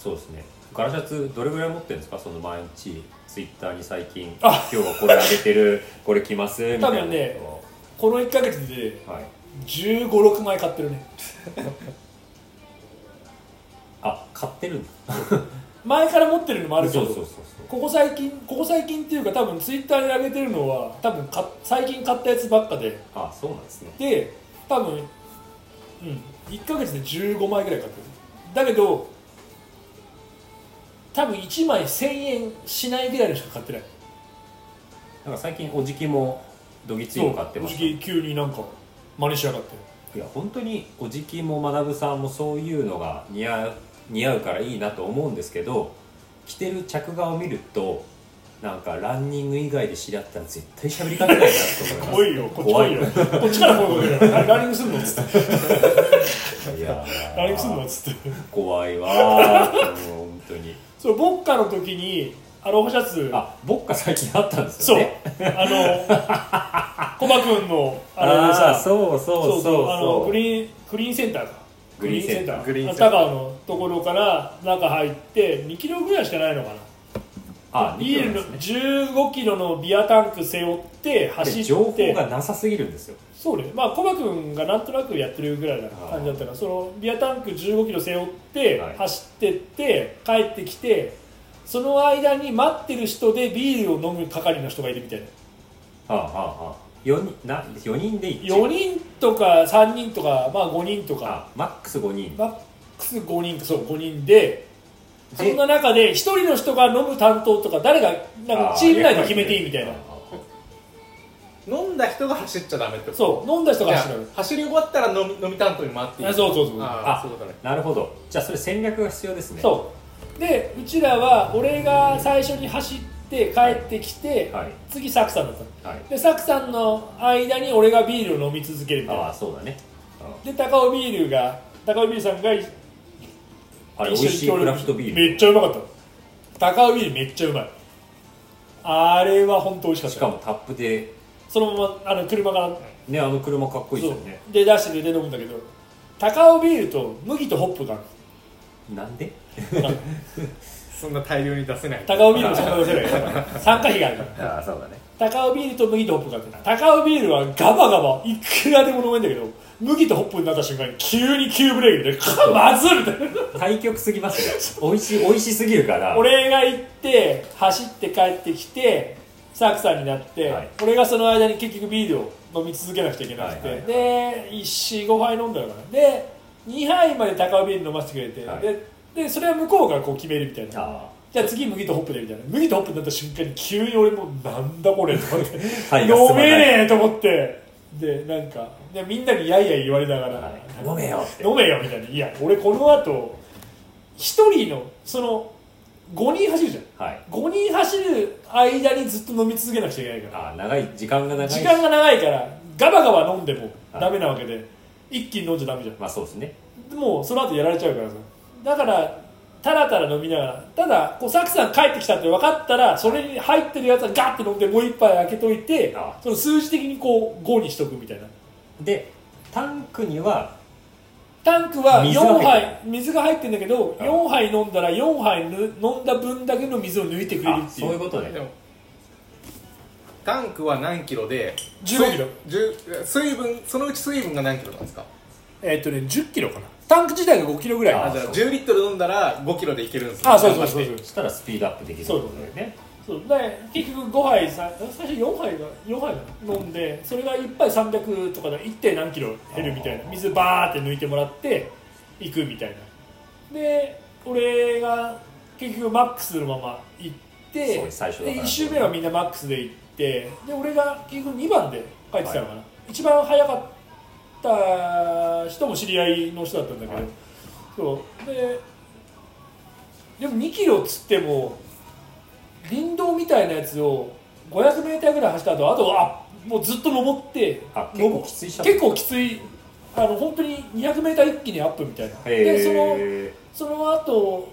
そうですねガラシャツどれぐらい持ってるんですかその毎日ツイッターに最近今あ日はこれあげてるこれ着ますみたいな多分ねこの1か月ではい1 5六6枚買ってるねあ買ってるんだ前から持ってるのもあるけそどうそうそうそうここ最近ここ最近っていうか多分ツイッターに上げてるのは多分か最近買ったやつばっかであそうなんですねで多分うん1か月で15枚ぐらい買ってるだけど多分1枚1000円しないぐらいのしか買ってないなんか最近おじきもどぎついの買ってまそしうたね藤木急になんか真似しやがっていや本当におじきも学さんもそういうのが似合う似合うからいいなと思うんですけど着てる着画を見るとなんかランニング以外で知り合ったら絶対喋りかけないなと思来いいまよすこっち来いよこっちから来いこいよラランニングすんのっつって 怖いいやーランニングすんのっつって怖いわーもう本当にそうボッカの時にアロハシャツあボッカ最近あったんですそようねあの コバ君のあれであさーそうそうそうそうあのグリーングリーンセンターかグリーンセンターグリーンセンタータ川のところから中入って2キロぐらいしかないのかなあビールのですね15キロのビアタンク背負って走でって情報がなさすぎるんですよそうねまあコバ君がなんとなくやってるぐらいな感じだったからそのビアタンク15キロ背負ってはい走ってって帰ってきてその間に待ってる人でビールを飲む係の人がいるみたいなはあはあはあ4人な四人で一4人とか3人とか、まあ、5人とかあマックス5人マックス5人かそう5人ででそんな中で1人の人が飲む担当とか誰がなんかチーム内で決めていいみたいな飲んだ人が走っちゃダメってことそう飲んだ人じがゃあ走る走り終わったら飲み飲み担当に回っていいあそうそうそうあああそうだねなるほどじゃあそれ戦略が必要ですねそうでうちらは俺が最初に走って帰ってきて、はい次サクさんだったのはいでサクさんの間に俺がビールを飲み続けるみたいあなあそうだねで高尾ビールが高尾ビールさんがあれ美味しいクラフトビールめっちゃうまかった高尾ビールめっちゃうまいあれは本当美味しかったしかもタップでそのままあの車がねあの車かっこいいですよねそうで出して出て飲むんだけど高尾ビールと麦とホップがあるなんでそんな大量に出せない高尾ビールもそんな出 せないから参加費があるかああそうだねら高尾ビールと麦とホップがあって高尾ビールはガバガバいくらでも飲めんだけど麦とホップになった瞬間に急に急ブレーキでかまずるみたいな対局すぎますね美味しい美味しすぎるから俺が行って走って帰ってきてサクさんになって、はい俺がその間に結局ビールを飲み続けなくちゃいけなくて、はいはいはいで45杯飲んだのかなで2杯まで高尾ビール飲ませてくれて、はいででそれは向こうがこう決めるみたいなあじゃあ次麦とホップでみたいな麦とホップになった瞬間に急に俺もうなんだこれと思ってあはい飲めねえと思ってでなんかでみんなにやいやい言われながら、はい飲めよって飲めよみたいないや俺この後一人のその5人走るじゃんはい5人走る間にずっと飲み続けなくちゃいけないからああ長い時間が長い時間が長いからガバガバ飲んでもダメなわけで、一気に飲んじゃダメじゃんまあそうですねもうその後やられちゃうからさだからたらたら飲みながらただこうサクさん帰ってきたって分かったらそれに入ってるやつはガッて飲んでもう一杯開けといてあその数字的にこう5にしとくみたいなでタンクにはタンクは水4が入ってない杯水が入ってるんだけどあ4杯飲んだら4杯ぬ飲んだ分だけの水を抜いてくれるあってそういいううことでねもタンクは何キロで15キロ水水分そのうち水分が何キロなんですかえーっとね1 0キロかなタンク自体が5キロぐらいあああじゃあそう10リットル飲んだら5キロでいけるんですねあそうそうそうそうそしたらスピードアップできるってことだよねそうで結局5杯さ最初4杯が4杯が飲んでそれが1杯300とかで 1. 点何キロ減るみたいあなー水バーって抜いてもらっていくみたいなで俺が結局マックスのまま行ってそう最初だからで1周目はみんなマックスで行ってで俺が結局2番で帰ってきたのかな、一番早かった人も知り合いの人だったんだけど、はいそうででも2キロっつっても林道みたいなやつを 500m ぐらい走った後あとはあもうずっと登ってあ結登構きついシャツ結構きついあの本当に 200m 一気にアップみたいなでそのへえその後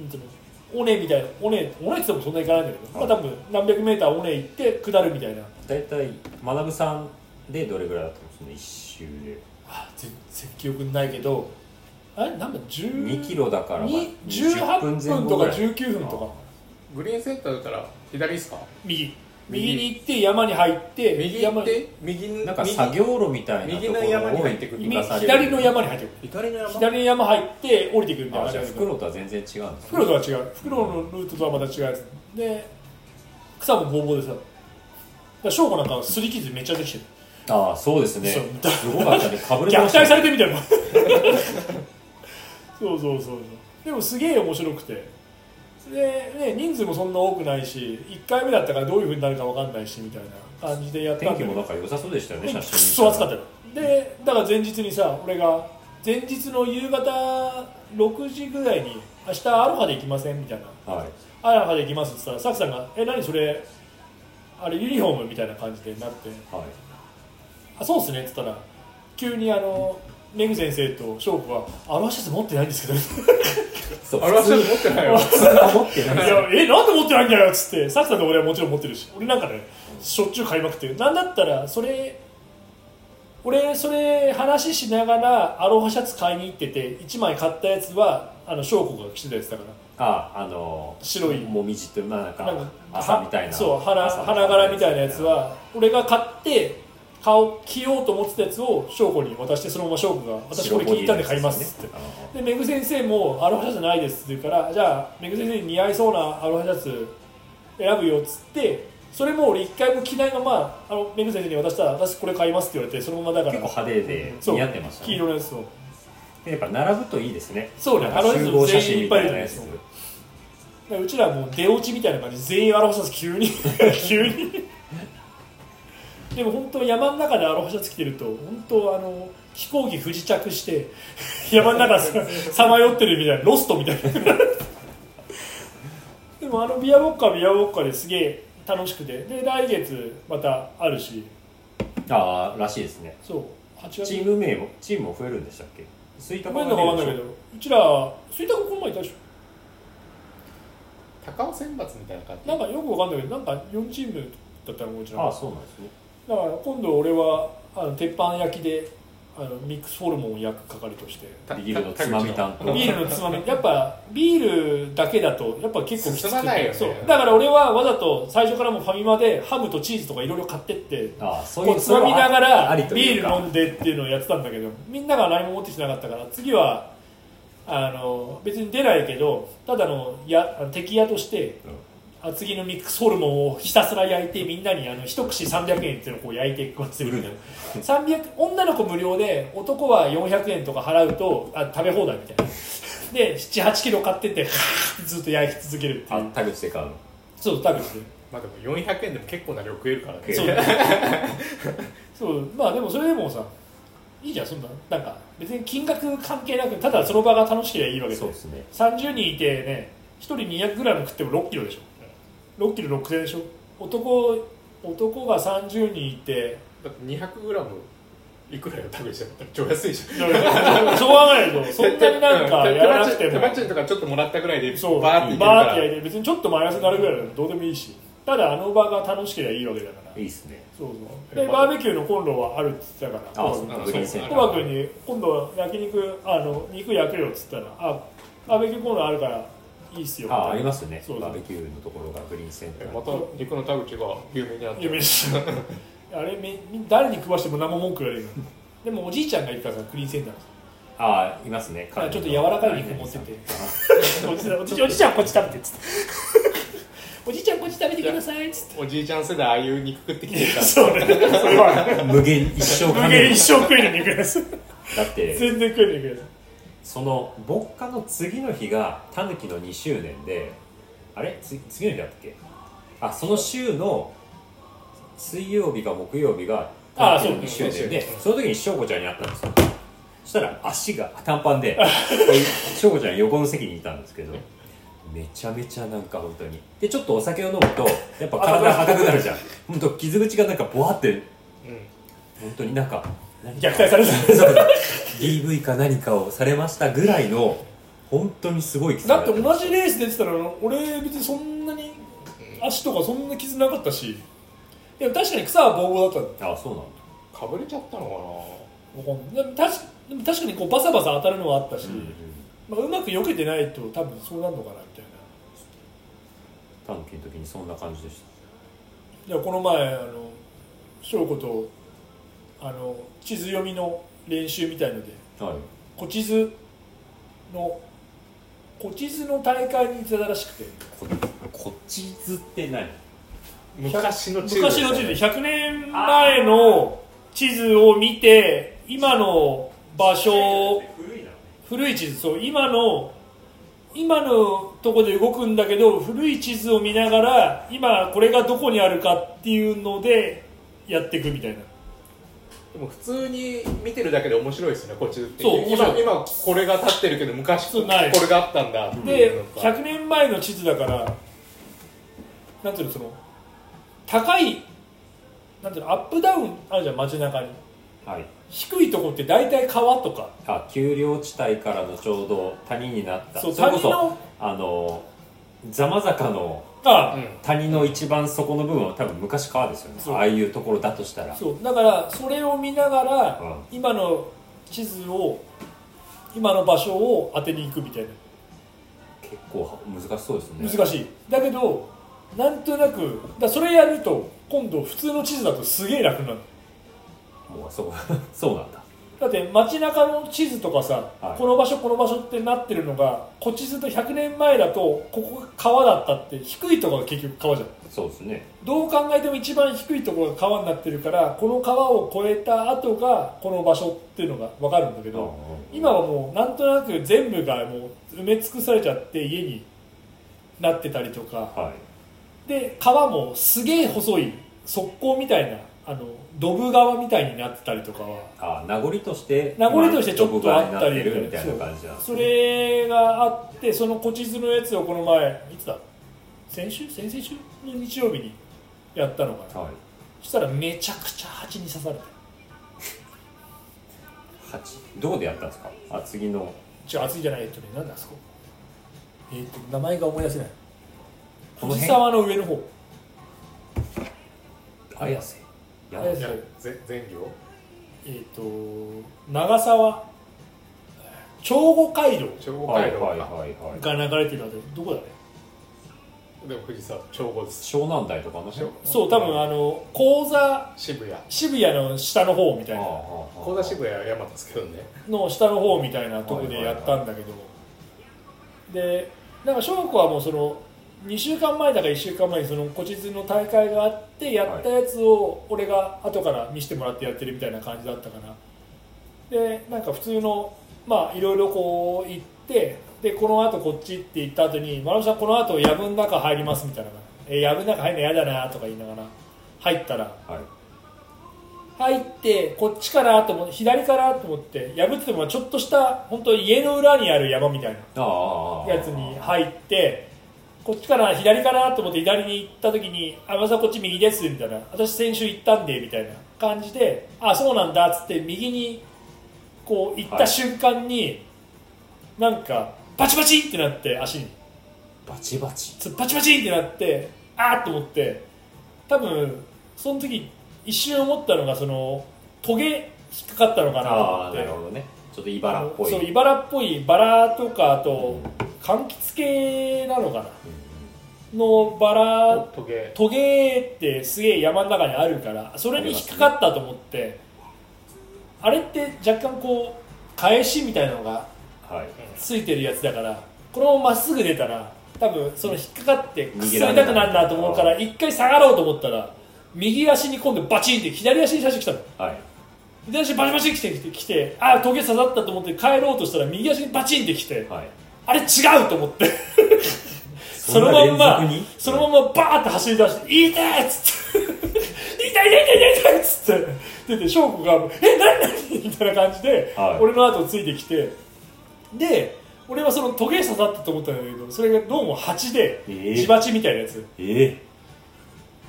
なんていうの尾根みたいな尾根尾根って言ってもそんな行かないんだけど、まあ、多分何百メーター尾根行って下るみたいな大体学さんでどれぐらいだったんですね一周であ全然記憶ないけどあれ何分10 2キロだからまあに20 18分とかぐらい19分とかあグリーンセンターだったら左ですか右右に行って山に入って右行って右になんか作業路みたいなところを山右左の山に入ってくる左の山左の山入って降りてくるみたいあなじゃあ感じ袋とは全然違うんです袋とは違う袋のルートとはまた違うやつで草もボーボーでさだから翔子なんかすり傷めっちゃできてるああそうですねそうすごかったねかぶれて虐ました待ねされてるみたいな そうそうそうそうでもすげえ面白くてで、ね、人数もそんな多くないし1回目だったからどういうふうになるかわかんないしみたいな感じでやった天ん気だもけどなんか良さそうでしたよね写真くっ見らそ暑かったよでだから前日にさ俺が前日の夕方6時ぐらいに明日アロハで行きませんみたいなはいアロハで行きますって言ったらサクさんが「え何それあれユニフォーム?」みたいな感じでなってはいあそうっすねって言ったら急にあのメグ先生と翔子が「アロハシャツ持ってないんですけど」そうあれはちょっと持って ないよ持ってない いやえなんで持ってないんだよっつってサクさんと俺はもちろん持ってるし俺なんかねしょっちゅう買いまくってるなんだったらそれ俺それ話しながらアロハシャツ買いに行ってて1枚買ったやつはあの翔子が着てたやつだからああの白いもみじってまあなんなんかか朝みたいなそう花朝の花柄みたいなやつは俺が買って顔着ようと思ってたやつを翔子に渡してそのまま翔子が「私これ聞いたんで買います」っつって白ボディのやつですねでめぐ先生も「アロハシャツないです」って言うから「じゃあめぐ先生に似合いそうなアロハシャツ選ぶよ」っつってそれも俺一回も着ないままあのめぐ先生に渡したら「私これ買います」って言われてそのままだあかのら結構派手でそう似合ってました黄ね色のやつをでやっぱ並ぶといいですねそうねなんか集合写真みたいなやつあの人だからうちらはもう出落ちみたいな感じで全員アロハシャツ急に 急に でも本当山の中でアロハシャツ着てると本当あの飛行機不時着して 山の 中さまよってるみたいなロストみたいな でもあのビアボッカはビアボッカですげえ楽しくてで来月またあるしああらしいですねそう8チ月ーム名もチームも増えるんでしたっけスイタごコめんのか分かんないけどうちら吹田君この前いたでし高尾選抜みたいな感ょなんかよく分かんないけどなんか4チームだったのうちらああそうなんですねだから今度俺はあの鉄板焼きであのミックスホルモンを焼く係と してビールのつまみ担当ビールのつまみやっぱビールだけだとやっぱ結構きつくて進まないよねそうだから俺はわざと最初からもうファミマでハムとチーズとかいろいろ買ってってああそういこううつまみながらビール飲でんでっていうのをやってたんだけどみんなが何も持ってきてなかったから次はあの別に出ないけどただのやあの敵屋として厚木のミックスホルモンをひたすら焼いてみんなにあの一口300円っていうのをこう焼いていくっていう300女の子無料で男は400円とか払うとあ食べ放題みたいなで78キロ買ってってずっと焼き続けるっていあう田口で買うのそう食べてまあでも400円でも結構な量食えるからねそう そうまあでもそれでもさいいじゃんそんななんか別に金額関係なくただその場が楽しければいいわけでそうですね30人いてね1人 200g 食っても6キロでしょ6キロ6000でしょ男男が30人いて だって 200g いくらよ食べちゃったら超安いじゃんだからしょうがないぞそんなになんかやらなくて手も間賃とかちょっともらったぐらいでそうバーっていけるバーかってやいて別にちょっとマイナスになるぐらいならどうでもいいしただあの場が楽しければいいわけだからいいですねそうそうでバーベキューのコンロはあるって言ってたからあそうらグリーンセンタコーバ君に今度は焼肉あの肉焼くよっつったらあバーベキューコーナーあるからいいっすよみたいあなありますねそうそうバーベキューのところがグリーンセンタえーまた肉の田口が有名になっいやて飯 あれみみ誰に食わしても何も文句言われるでもおじいちゃんがいるからさクリーンセンターああいますねちょっと柔らかい肉持ってて おじいちゃんおじいちゃんおじいちゃんこっち食べてっつっておじいちゃんこっち食べてくださいっつっおじいちゃん世代ああいう肉食ってきてるかてらそうねそれは 無限一生無か限け一生食える肉ですだって全然食える肉ですその牧歌の次の日がタヌキの2周年であれつ次の日だったっけあその週の水曜日か木曜日がタああヌキの2そ周年うそうでそうその時に翔子ちゃんに会ったんですよそしたら足が短パン でこういう翔子ちゃん横の席にいたんですけどめちゃめちゃなんか本当にでちょっとお酒を飲むとやっぱ体が赤くなる じゃん本当傷口がなんかボワってうん本当になんか何虐待されてそうそう DV か何かをされましたぐらいの本当にすごいだって同じレース出てたら俺別にそんなに足とかそんな傷なかったしでも確かに草はボーボーだったあそうなんだかぶれちゃったののでも確かでも確かにこうバサバサ当たるのはあったし、うまあ、うまく避けてないと多分そうなるのかなみたいなタヌキの時にそんな感じでしいやこの前あの翔子とあの地図読みの練習みたいのではい古地図の古地図の大会に行ってたらしくてここっちずって何昔の地図昔の地図100年前の地図を見て今の場所を古いな古い地図そう今の今のとこで動くんだけど古い地図を見ながら今これがどこにあるかっていうのでやっていくみたいなでも普通に見てるだけで面白いですねこっち図ってそう面今白い今これが立ってるけど昔こそうないれがあったんだっていうでのが100年前の地図だからなんていうのその高いなんていうのアップダウンあるじゃん街中にはい低いとこって大体川とかあ丘陵地帯からのちょうど谷になったそうれこ谷そのあのざまざかのが、うん谷の一番底の部分は多分昔川ですよねそうああいうところだとしたらそうだからそれを見ながら、う今の地図を今の場所を当てに行くみたいな結構難しそうですね難しいだけどなんとなくだそれやると今度普通の地図だとすげえ楽なのもうそう そうなんだだって街中の地図とかさ、はいこの場所この場所ってなってるのがこ地図と100年前だとここが川だったって低いところが結局川じゃんそうですねどう考えても一番低いところが川になってるからこの川を越えた後がこの場所っていうのが分かるんだけど、今はもうなんとなく全部がもう埋め尽くされちゃって家になってたりとかはいで川もすげえ細い側溝みたいなあのドブ川みたいになってたりとかはあ名残として名残としてちょっとあったりジョブがになってるみたいな感じなんですそねれがあってその古地図のやつをこの前いつだ先週先々週の日曜日にやったのかなはいそしたらめちゃくちゃ蜂に刺されて八どこでやったんですか厚木の違う暑いじゃないえっとね何だあそこえっと名前が思い出せないこの辺藤沢の上の方綾瀬綾瀬いやぜ前行えっ、と長沢長後街道長後はいは街道いか、はいはいが流れてるのでどこだねでも富士山長後です湘南台とかの辺そう多分あの講座渋谷渋谷の下の方みたいああなああ高田渋谷は山田ですけどねの下の方みたいなとこでやったんだけどでなんか翔子はもうその2週間前だか1週間前にその古地図の大会があってやったやつを俺が後から見せてもらってやってるみたいな感じだったからでなんか普通のまあいろいろこう行ってでこのあとこっちって行った後に「丸山さんこのあと藪の中入ります」みたいな「えー、藪の中入るの嫌だな」とか言いながら入ったらはい入ってこっちかなと思って左かなと思って破っててもちょっとした本当家の裏にある山みたいああああああなやつに入ってこっちかな左かなと思って左に行った時に「あまさんこっち右です」みたいな「私先週行ったんで」みたいな感じで「あそうなんだ」っつって右にこう行った瞬間に、なんかパチパチンってなって足に。バチバチそうパチパチンってなってあーっと思って多分その時一瞬思ったのがそのトゲ引っかかったのかなとああ思なっるてほどねちょっと茨っぽいそう茨っぽいバラとかあうとん柑橘系なのかなうんのバラトゲトゲってすげえ山の中にあるからそれに引っかかったと思ってあれって若干こう返しみたいなのがはいついてるやつだからこのまままっすぐ出たら多分その引っかかってくっ逃そげられない痛くなるなと思うから一回下がろうと思ったら右足に今度バチンって左足に最初来たのはい左足バチバチンって来て来てああトゲ刺さったと思って帰ろうとしたら右足にバチンって来てはいあれ違うと思ってそのまんまそのままバーって走り出して「痛い!」っつって「痛い痛い痛い痛い痛い!」っつってでで翔子が「え何何?」みたいな感じで、はい俺の後ついてきてで俺はそのトゲ刺さったと思ったんだけどそれがどうも蜂でえー血鉢みたいなやつえ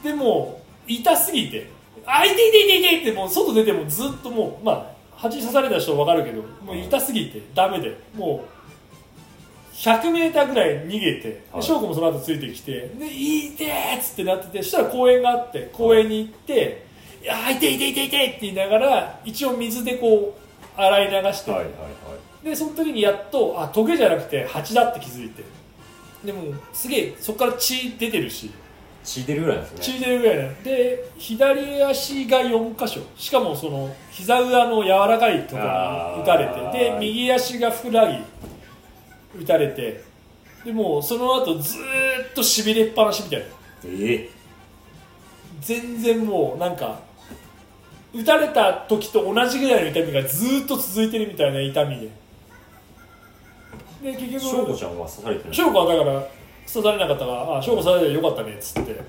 えでもう痛すぎて「あ痛い痛い痛い痛い!」ってもう外出てもずっともうまあ蜂刺された人は分かるけどもう痛すぎてダメでもう 100m ぐらい逃げてはい翔子、もその後ついてきて「で痛え!」っつってなっててそしたら公園があって公園に行って「い、や痛い痛い痛い痛い!」って言いながら一応水でこう洗い流して、はいはいはいでその時にやっとあトゲじゃなくて蜂だって気づいてでもすげえそこから血出てるし血出るぐらいなんです血ね出るぐらいだよで左足が4箇所しかもその膝裏の柔らかいところに打たあーれてで右足がふくらはぎ打たれてでもうその後ずーっとしびれっぱなしみたいなえ全然もうなんか打たれた時と同じぐらいの痛みがずーっと続いてるみたいな痛みででえ結翔子局ちゃんは刺されてない翔子はだから刺されなかったから「あ翔子刺されてよかったね」っつって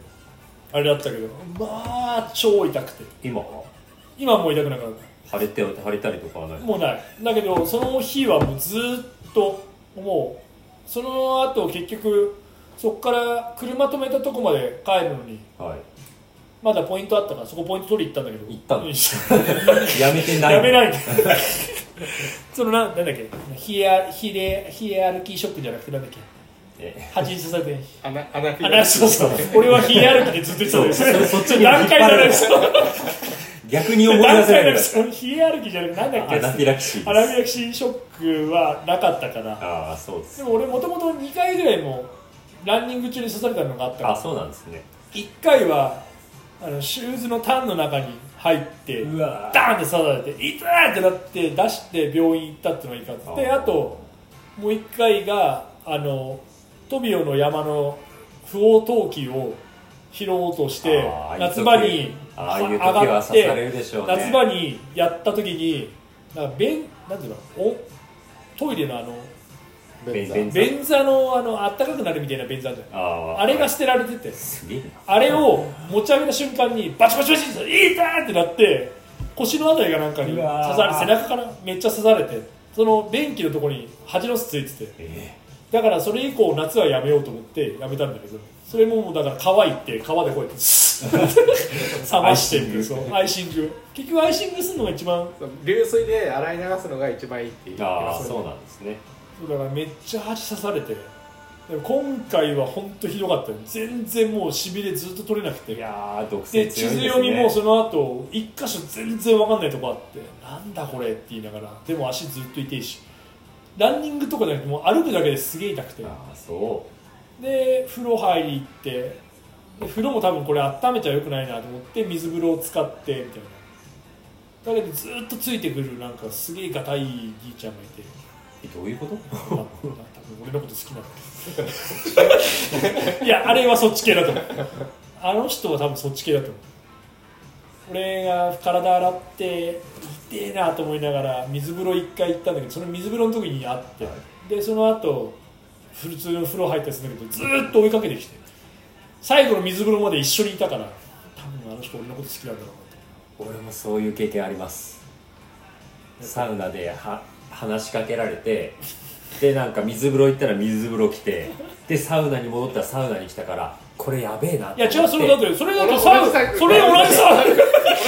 あれだったけどまあ超痛くて今は今はもう痛くなかった腫れて腫れたりとかはないもうないだけどその日はもうずーっともうその後結局そこから車止めたとこまで帰るのにはまだポイントあったからそこポイント取り行ったんだけど行 ったののいやめてないやめないい そのななんだっけヒエヒレヒエ歩きショックじゃなくてなんだっけえ蜂に刺されてアナアナフィラあキシそうそう俺はヒエ歩きでずっと言ってたんですそうそそっちに段階だ引っ張られねるそう逆に思い段出せな階いだかねそのヒエ歩きじゃなくてなんだっらけアナフィラキシーアでラフィすラキシーショックはなかったからああそうですでも俺もともと2回ぐらいもランニング中に刺されたのがあったかあらそうなんですね1回はあのシューズのタンの中に入ってわダーンって刺されて痛いってなって出して病院行ったってのがいいかってであともう一回があのトビオの山の不法投棄を拾おうとしてあー夏場にああいう時は上がはっ刺てされるでしょうね夏場にやった時になんか便なんていうのおトイレのあのベンベンザ便座のあのあったかくなるみたいな便座あるじゃんあああれが捨てられててすげえなあれを持ち上げた瞬間にバチバチバチって痛いってなって腰のあたりがなんかにう刺わーされ背中からめっちゃ刺されてその便器のところに蜂の巣ついててえだからそれ以降夏はやめようと思ってやめたんだけどそれももうだから乾いて川でこうやって スッ冷ましてっていうそうアイシング結局アイシングするのが一番流水で洗い流すのが一番いいっていうえああそうなんですねそうだからめっちゃ蜂刺されてでも今回は本当ひどかったよ全然もうしびれずっと取れなくていやー毒性強いでです地ね図読みもその後一箇所全然わかんないとこあってなんだこれって言いながらでも足ずっと痛いしランニングとかじゃなくてもう歩くだけですげえ痛くてああそで風呂入り行ってで風呂も多分これ温めちゃよくないなと思って水風呂を使ってみたいなだけどずっとついてくるなんかすげえ硬いじいちゃんがいてうえどういうことあ多分俺のこと好きなんだけど いやあれはそっち系だと思うあの人は多分そっち系だと思う俺が体洗って痛えなと思いながら水風呂一回行ったんだけどその水風呂の時に会って、はいでその後普通の風呂入ったりするんだけどずーっと追いかけてきて最後の水風呂まで一緒にいたから多分あの人俺のこと好きなんだろうなって俺もそういう経験ありますサウナでは話しかけられてでなんか水風呂行ったら水風呂来てでサウナに戻ったらサウナに来たからこれやべえないいや違うそれだってそれだって俺サウ俺サイクルそれ同じさ同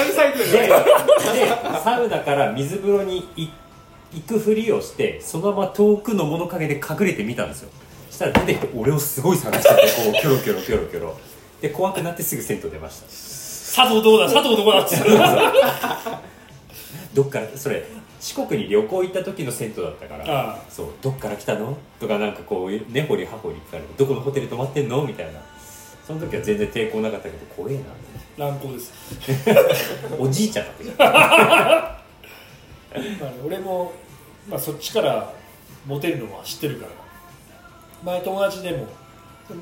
じサイクルじゃないでサウナから水風呂にい行くふりをしてそのまま遠くの物陰で隠れてみたんですよそしたら出てきて俺をすごい探しててこうキョロキョロキョロキョロで怖くなってすぐ銭湯出ました佐藤どうだ佐藤どこだっ つってどっからそれ四国に旅行行った時の銭湯だったからああそうどっから来たのとかなんかこう根掘り葉掘り聞かれてどこのホテル泊まってんのみたいなその時は全然抵抗なかったけど怖えな乱行ですおじいちゃんだったけどまあね俺も、まあ、そっちからモテるのは知ってるから前友達でも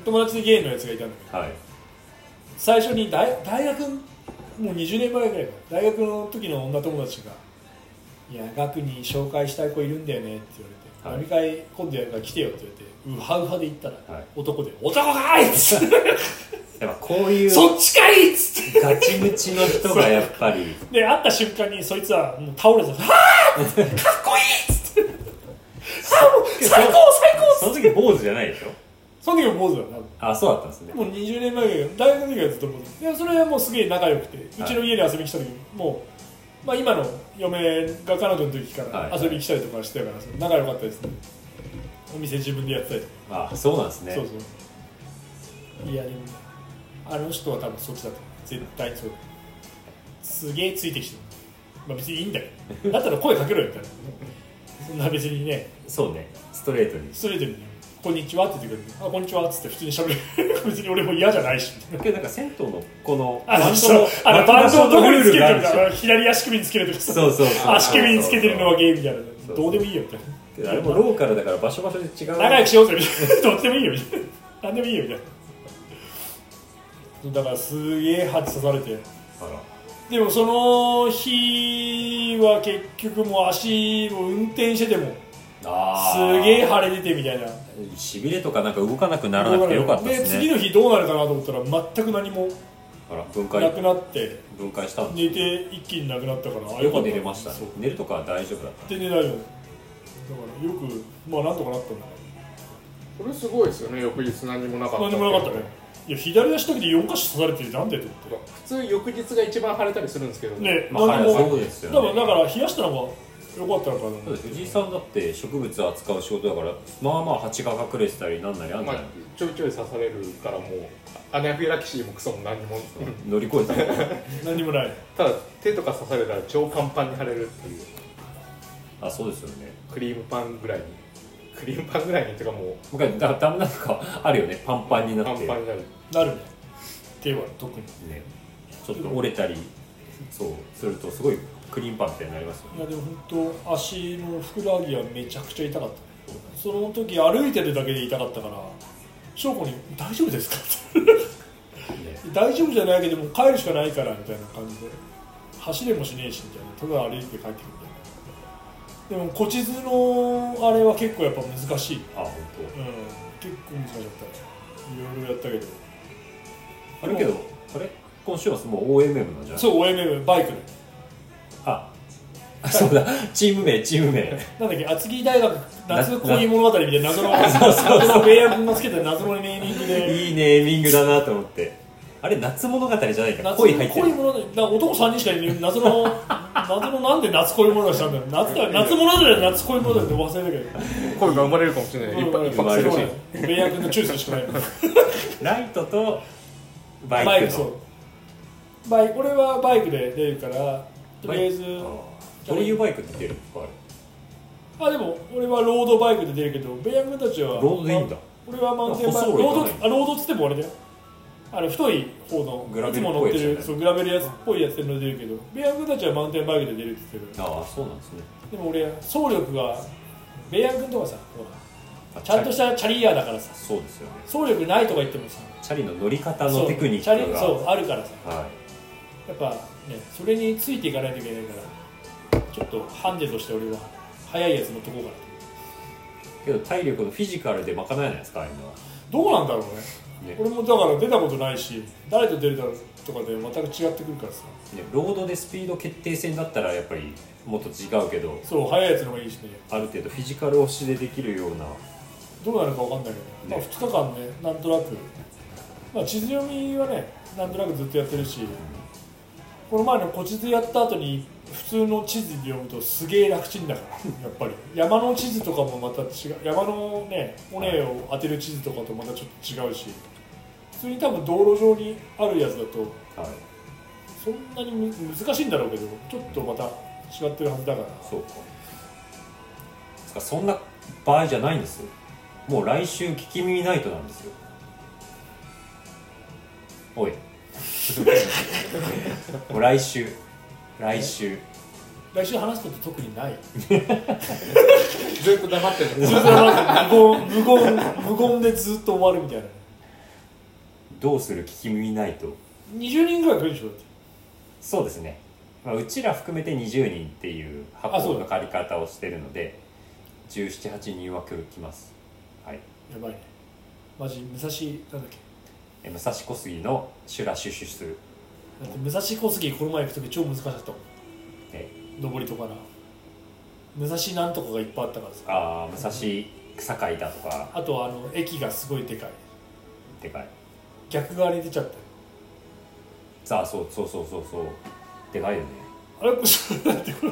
友達でゲイのやつがいたんだけどはい最初に大大学もう20年前ぐらいかな大学の時の女友達が「いや学に紹介したい子いるんだよね」って言われて「飲み会今度やるから来てよ」って言われてウハウハで行ったら、はい男で「男かい!」っつってやっぱこうい「うそっちかい!」っつってガチムチの人がやっぱりで会った瞬間にそいつはもう倒れてた「はあかっこいい!」っつって「ああもう最高最高!」その時坊主じゃないでしょその時は坊主だよなも あそうだったんですねう20年前ぐらい大学の時はずっと坊主でそれはもうすげえ仲良くて、うちの家に遊びに来た時もう、まあ、今の嫁が彼女の時かはらい遊びに来たりとかしてたから、仲良かったですねお店自分でやってたりとか、あそうなんですねそうそういやでもあの人は多分そっちだと思う絶対にそうだすげえついてきてるまあ別にいいんだけどだったら声かけろよみたいなそんな別にねそうねストレートにストレートにこんにちは」って言ってくれて「あこんにちは」っつって普通にしゃべる 別に俺も嫌じゃないしみたいな。けどなんか銭湯のこ のあのドのあのバンドをどこにつけがあるるんとですかよあの左足首につけるとかそうそうそう足首につけてるのはゲーみたいなそうどうでもいいよみたいなけどあれも ローカルだから場所場所で違う仲良くしようぜみたいな どっちでもいいよみたいな何でもいいよみたいなだからすげえ針刺されてあらでもその日は結局もう足を運転しててもすあーげえ腫れててみたいなしびれとかなんか動かなくならなくてよかったです次ねの日どうなるかなと思ったら全く何もあら分な解くなって分解したんで寝て一気になくなったからあすよく寝れましたねそう寝るとかは大丈夫だった寝てないよだからよくまあなんとかなったんだそれすごいですよね翌日何もなかった何でもなかったねいや左足だけで4箇所刺されてるなんでと思っ普通翌日が一番晴れたりするんですけどてねまあ何でもはいそうですよねだからだから冷やしたのが良かったのかなだって藤井さんだって植物扱う仕事だからまあまあ蜂が隠れてたりなんなりあんじまゃあない、ちょいちょい刺されるからもうアナフィラキシーもクソも何も乗り越えた何もないただ手とか刺されたら超パンパンに腫れるっていう あそうですよねクリームパンぐらいにクリームパンぐらいにっていうかも僕はだダメなのかあるよねパンパンにうなパンってパンになるなるね手は特にねちょっと折れたりそうするとすごいクリーンパンみたいになりますよいねやでも本当足のふくらはぎはめちゃくちゃ痛かったその時歩いてるだけで痛かったから翔子に「大丈夫ですか?」ねって「大丈夫じゃないけどもう帰るしかないから」みたいな感じで走れもしねえしみたいなただ歩いて帰ってくるみたいなでも古地図のあれは結構やっぱ難しい、うん、あ本結構難しかったいろいろやったけど当。あるけどあれ今週末もう OMM なんじゃないそう OMM バイクでああそうだチーム名チーム名なんだっけ厚木大学夏恋物語みたいな 謎の謎の米薬がつけた謎のネーミングでいいネーミングだなと思ってあれ夏物語じゃないか夏恋入ってる恋物語なんか男3人しかいない謎の謎のなんで夏恋物語したんだろう夏だ夏物語だよ夏恋物語って忘れたけ声が生まれるかもしれないど一発一生ま発れるすしるし米薬のチューするしかないライトとババイイククのそうバイク俺はバイクで出るからとりあえずバイクあーどういうバイクって出るんですかあれあでも俺はロードバイクで出るけど米薬たちはロードでいいんだま俺はマウンテンバイク細いロのーねドあロードっつってもあれだよあの太い方のグラいベつルっもぽ乗っいやつだよねてるそうグラベルやつっぽいやつで出るけど米薬たちはマウンテンバイクで出るって言ってるああそうなんですねでも俺総力が米安君とかさほらちゃんとしたチャリイヤーだからさそうですよね総力ないとか言ってもさチャリの乗り方そのうテクニチャックリがそうあるからさはやっぱねそれについていかないといけないからちょっとハンデとして俺は速いやつ乗ってこうかないけど体力のフィジカルで賄えないですかああいうのはどうなんだろうねね俺もだから出たことないし誰と出るだとかで全く違ってくるからさねロードでスピード決定戦だったらやっぱりもっと違うけどそう速いやつの方がいいしねある程度フィジカル推しでできるようなどうなるかわかんないけねど、まあ、2日間ねなんとなく、まあ、地図読みはねなんとなくずっとやってるしこの前の古地図やった後に普通の地図で読むとすげえ楽ちんだからやっぱり山の地図とかもまた違う山のね尾根を当てる地図とかとまたちょっと違うし普通に多分道路上にあるやつだとはいそんなにむ難しいんだろうけどちょっとまた違ってるはずだからそうかつかそんな場合じゃないんですよもう来週聞き耳ナイトなんですよ おいもう来週来週来週話すこと特にないずっと黙ってるずんっとなんか無言無言無言でずっと終わるみたいなどうする聞き耳ナイト20人ぐらい来るでしょだってそうですね、まあ、うちら含めて20人っていうあそ箱うのだ借り方をしてるので1718人は来る来ますはいやばいねマジ武蔵なんだっけえ武蔵小杉のシュラシュシュシュだって武蔵小杉この前行く時超難しかったもんえ上りとかな武蔵なんとかがいっぱいあったからさああ武蔵草階だとかあとはあの駅がすごいでかいでかい逆側に出ちゃったよさあそうそうそうそうそうでかいよねあれこれだってこれ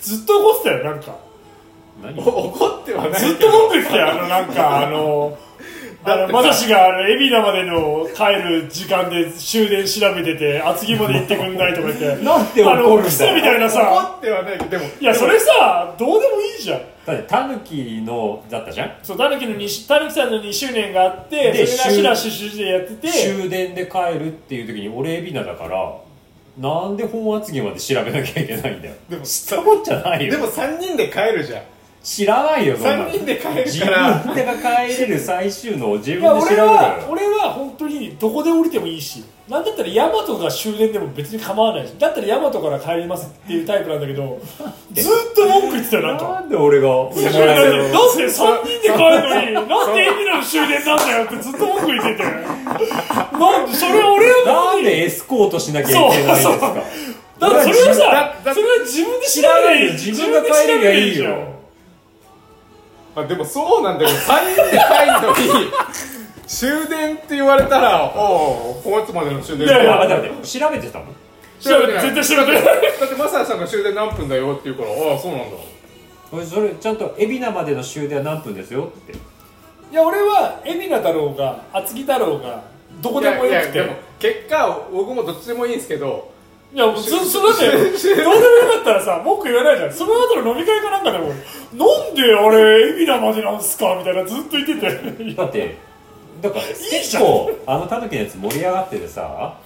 ずっと怒ってたよなんか何怒ってはないずっと文句言ってたよあのなんかあのだからまさしがあの海老名までの帰る時間で終電調べてて厚木まで行ってくんないとか言ってなんで怒るんだよあのクソみたいなさ怒ってはないけどでもいやそれさどうでもいいじゃんだってタヌキのだったじゃんそうたぬきの2たぬきさんの2周年があってでそれがしらししでやってて終電で帰るっていう時に俺海老名だからなんで本厚木まで調べなきゃいけないんだよでも知ったこっちゃないでよも3人で帰るじゃん知らないよそんなの3人で帰自るから分でが帰れる最終のを自いや分で調べ俺ろはよ俺は本当にどこで降りてもいいしなんだったらヤマトが終電でも別に構わないしだったらヤマトから帰りますっていうタイプなんだけどずーっと文句言ってたよなんかなんで俺がお終前電でのなんで3人で帰るのになんで海老名の終電なんだよってずっと文句言っててなんでそれは俺はなんでエスコートしなきゃいけないんですそうそうかだってそれはださだそれは自分で調べないい自分が帰れりゃいいよまあでもそうなんだけど3人で帰るのに終電って言われたらおお本月までの終電いやいやあ待って待って調べてたの調べてない絶対調べてないだってマサヤさんが終電何分だよって言うからああそうなんだ俺それちゃんと海老名までの終電は何分ですよっていや俺は海老名だろうが厚木だろうがどこでもよいやいくやていでやも結果僕もどっちでもいいんですけどもうそそれだってどうでもよかったらさ文句言わないじゃんその後の飲み会かなんかでもなんであれ海老名までなんすかみたいなずっと言ってていやだってだから結じゃん構あのタヌキのやつ盛り上がっててさ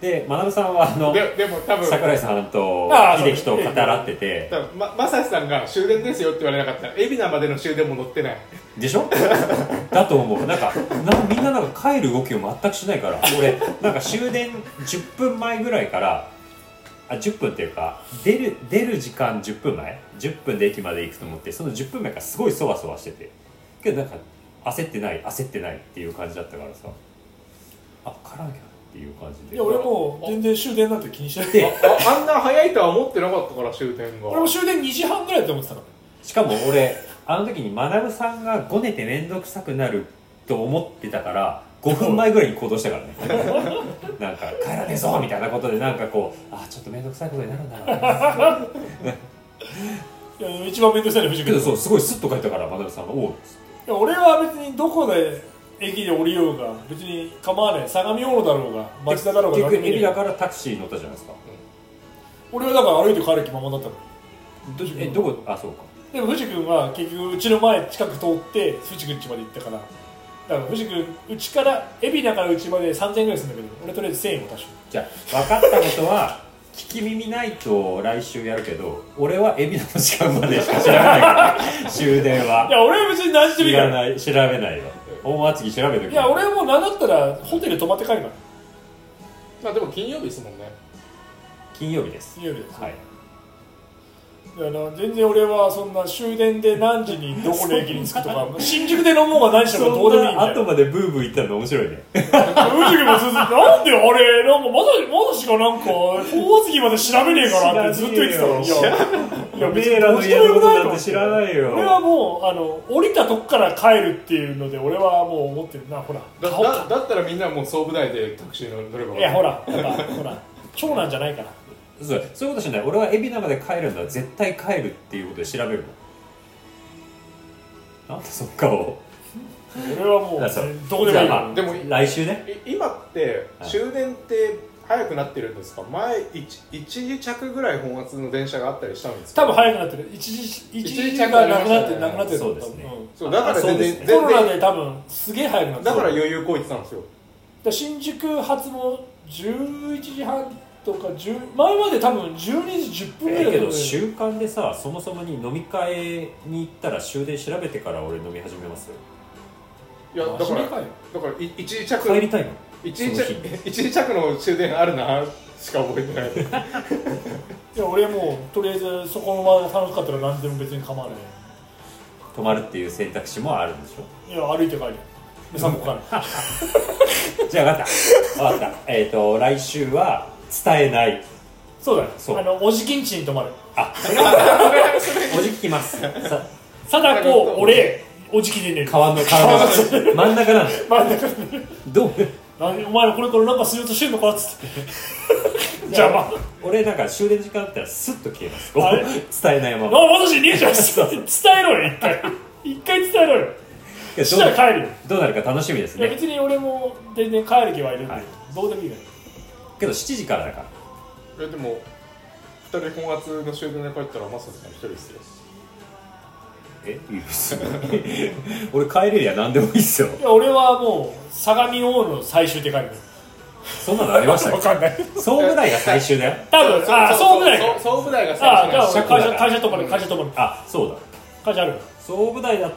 で学さんはあのででも多分桜井さんとああそう秀樹と語らってて多分まマサヤさんが終電ですよって言われなかったら海老名までの終電も乗ってないでしょ だと思うなんかなみんななんか帰る動きを全くしないから俺なんか終電10分前ぐらいからあ10分っていうか出る出る時間10分前10分で駅まで行くと思ってその10分前からすごいそわそわしててけどなんか焦ってない焦ってないっていう感じだったからさあ帰らなきゃっていう感じで俺もう全然終電なんて気にしないで ああんな早いとは思ってなかったから終点が俺も終電2時半ぐらいだと思ってたかしかも俺あの時に学さんがごねて面倒くさくなると思ってたから5分前ぐらいに行動した からねなんか帰らねえぞみたいなことでなんかこうあちょっと面倒くさいことになるんだ ならいや一番面倒くさいの藤け君どそうすごいスッと帰ったから学さんが「おう」いや俺は別にどこで駅で降りようが別に構わない相模大野だろうが町田だろうが結局何でもいい海老名からタクシー乗ったじゃないですか俺はだから歩いて帰る気ままだったのどえどこあそうかでも藤君は結局うちの前近く通って藤君家まで行ったからだから藤君うちから海老名からうちまで3000円ぐらいするんだけど俺とりあえず1000円を足しじゃあ分かったことは聞き耳ないと来週やるけど俺は海老名の時間までしか調べないから 終電いはや俺は別に何してもいいいかららない調べないよ本厚木調べといきや俺はもう何だったらホテル泊まって帰るからまあでも金曜日ですもんね金曜日です金曜日です、はいいやな全然俺はそんな終電で何時にどこの駅に着くとか新宿で飲もうが何しそようがどうでもいいんんなだよ後までブーブー言ったの面白いね藤君もずっとなんであれなんかまだまだしかなんか大月まで調べねえからってずっと言ってたのにい知やいやおめえらの家のことなんて知らない俺はよもうあの降りたとこから帰るっていうので俺はもう思ってるなほらだ顔だかだったらみんなもう総武台でタクシー乗ればいやほらほらほら長男じゃないからそうそういうことしない俺は海老名まで帰るんだ絶対帰るっていうことで調べるのなんでそっかを俺はもあそううどこでもいいじゃあまよあでも来週ねい今ってはい終電って早くなってるんですか前 1, 一時着ぐらい本圧の電車があったりしたんですか多分早くなってる一時一時がなくなってなくなってるそうですねそうだかあらそう全で然すねコ全ロナ然で多分すげえ早くなってだからだか余裕こいてたんですよら新宿発も11時半とか10前まで多分12時10分ぐらだいだけと思どうよ習慣でさそもそもに飲み会に行ったら終電調べてから俺飲み始めますよいやだか真ら面目だかかよらい一時着帰りたいの一時その日着 一時着の終電あるなしか覚えてない いや俺もうとりあえずそこの場が楽しかったら何でも別に構わない泊まるっていう選択肢もあるんでしょいや歩いて帰るで散歩からじゃあ分かった分かったえっ、と来週は伝えないそうだよそうあのおじきんちに泊まるあそれはおじききますさ貞子俺おじきで寝る 川の川の真ん中なんだよ真ん中でどう何お前らこれからなんかしようとしてんのかっつって邪 魔あ俺なんか終電時間あったらスッと消えますあれ伝えないまま私逃げちゃう伝えろよ一回一回伝えろやよどしうたならる帰るよどうなるか楽しみですいやね別に俺も全然帰る気はいるんで、はいどうでもいいからけど7時からだからえでも二人本厚の終電で帰ったらマサさん一人ですよえいいです俺帰れりゃ何でもいいっすよいや俺はもう相模大野の最終って書いてあるそんなのありました分っけかんない総務大が最終だよ多分ああそうぐらいそう総務大が最ああ初じゃあだ俺会社会社泊まる会社泊まるあそうだ会社ある総務大だっ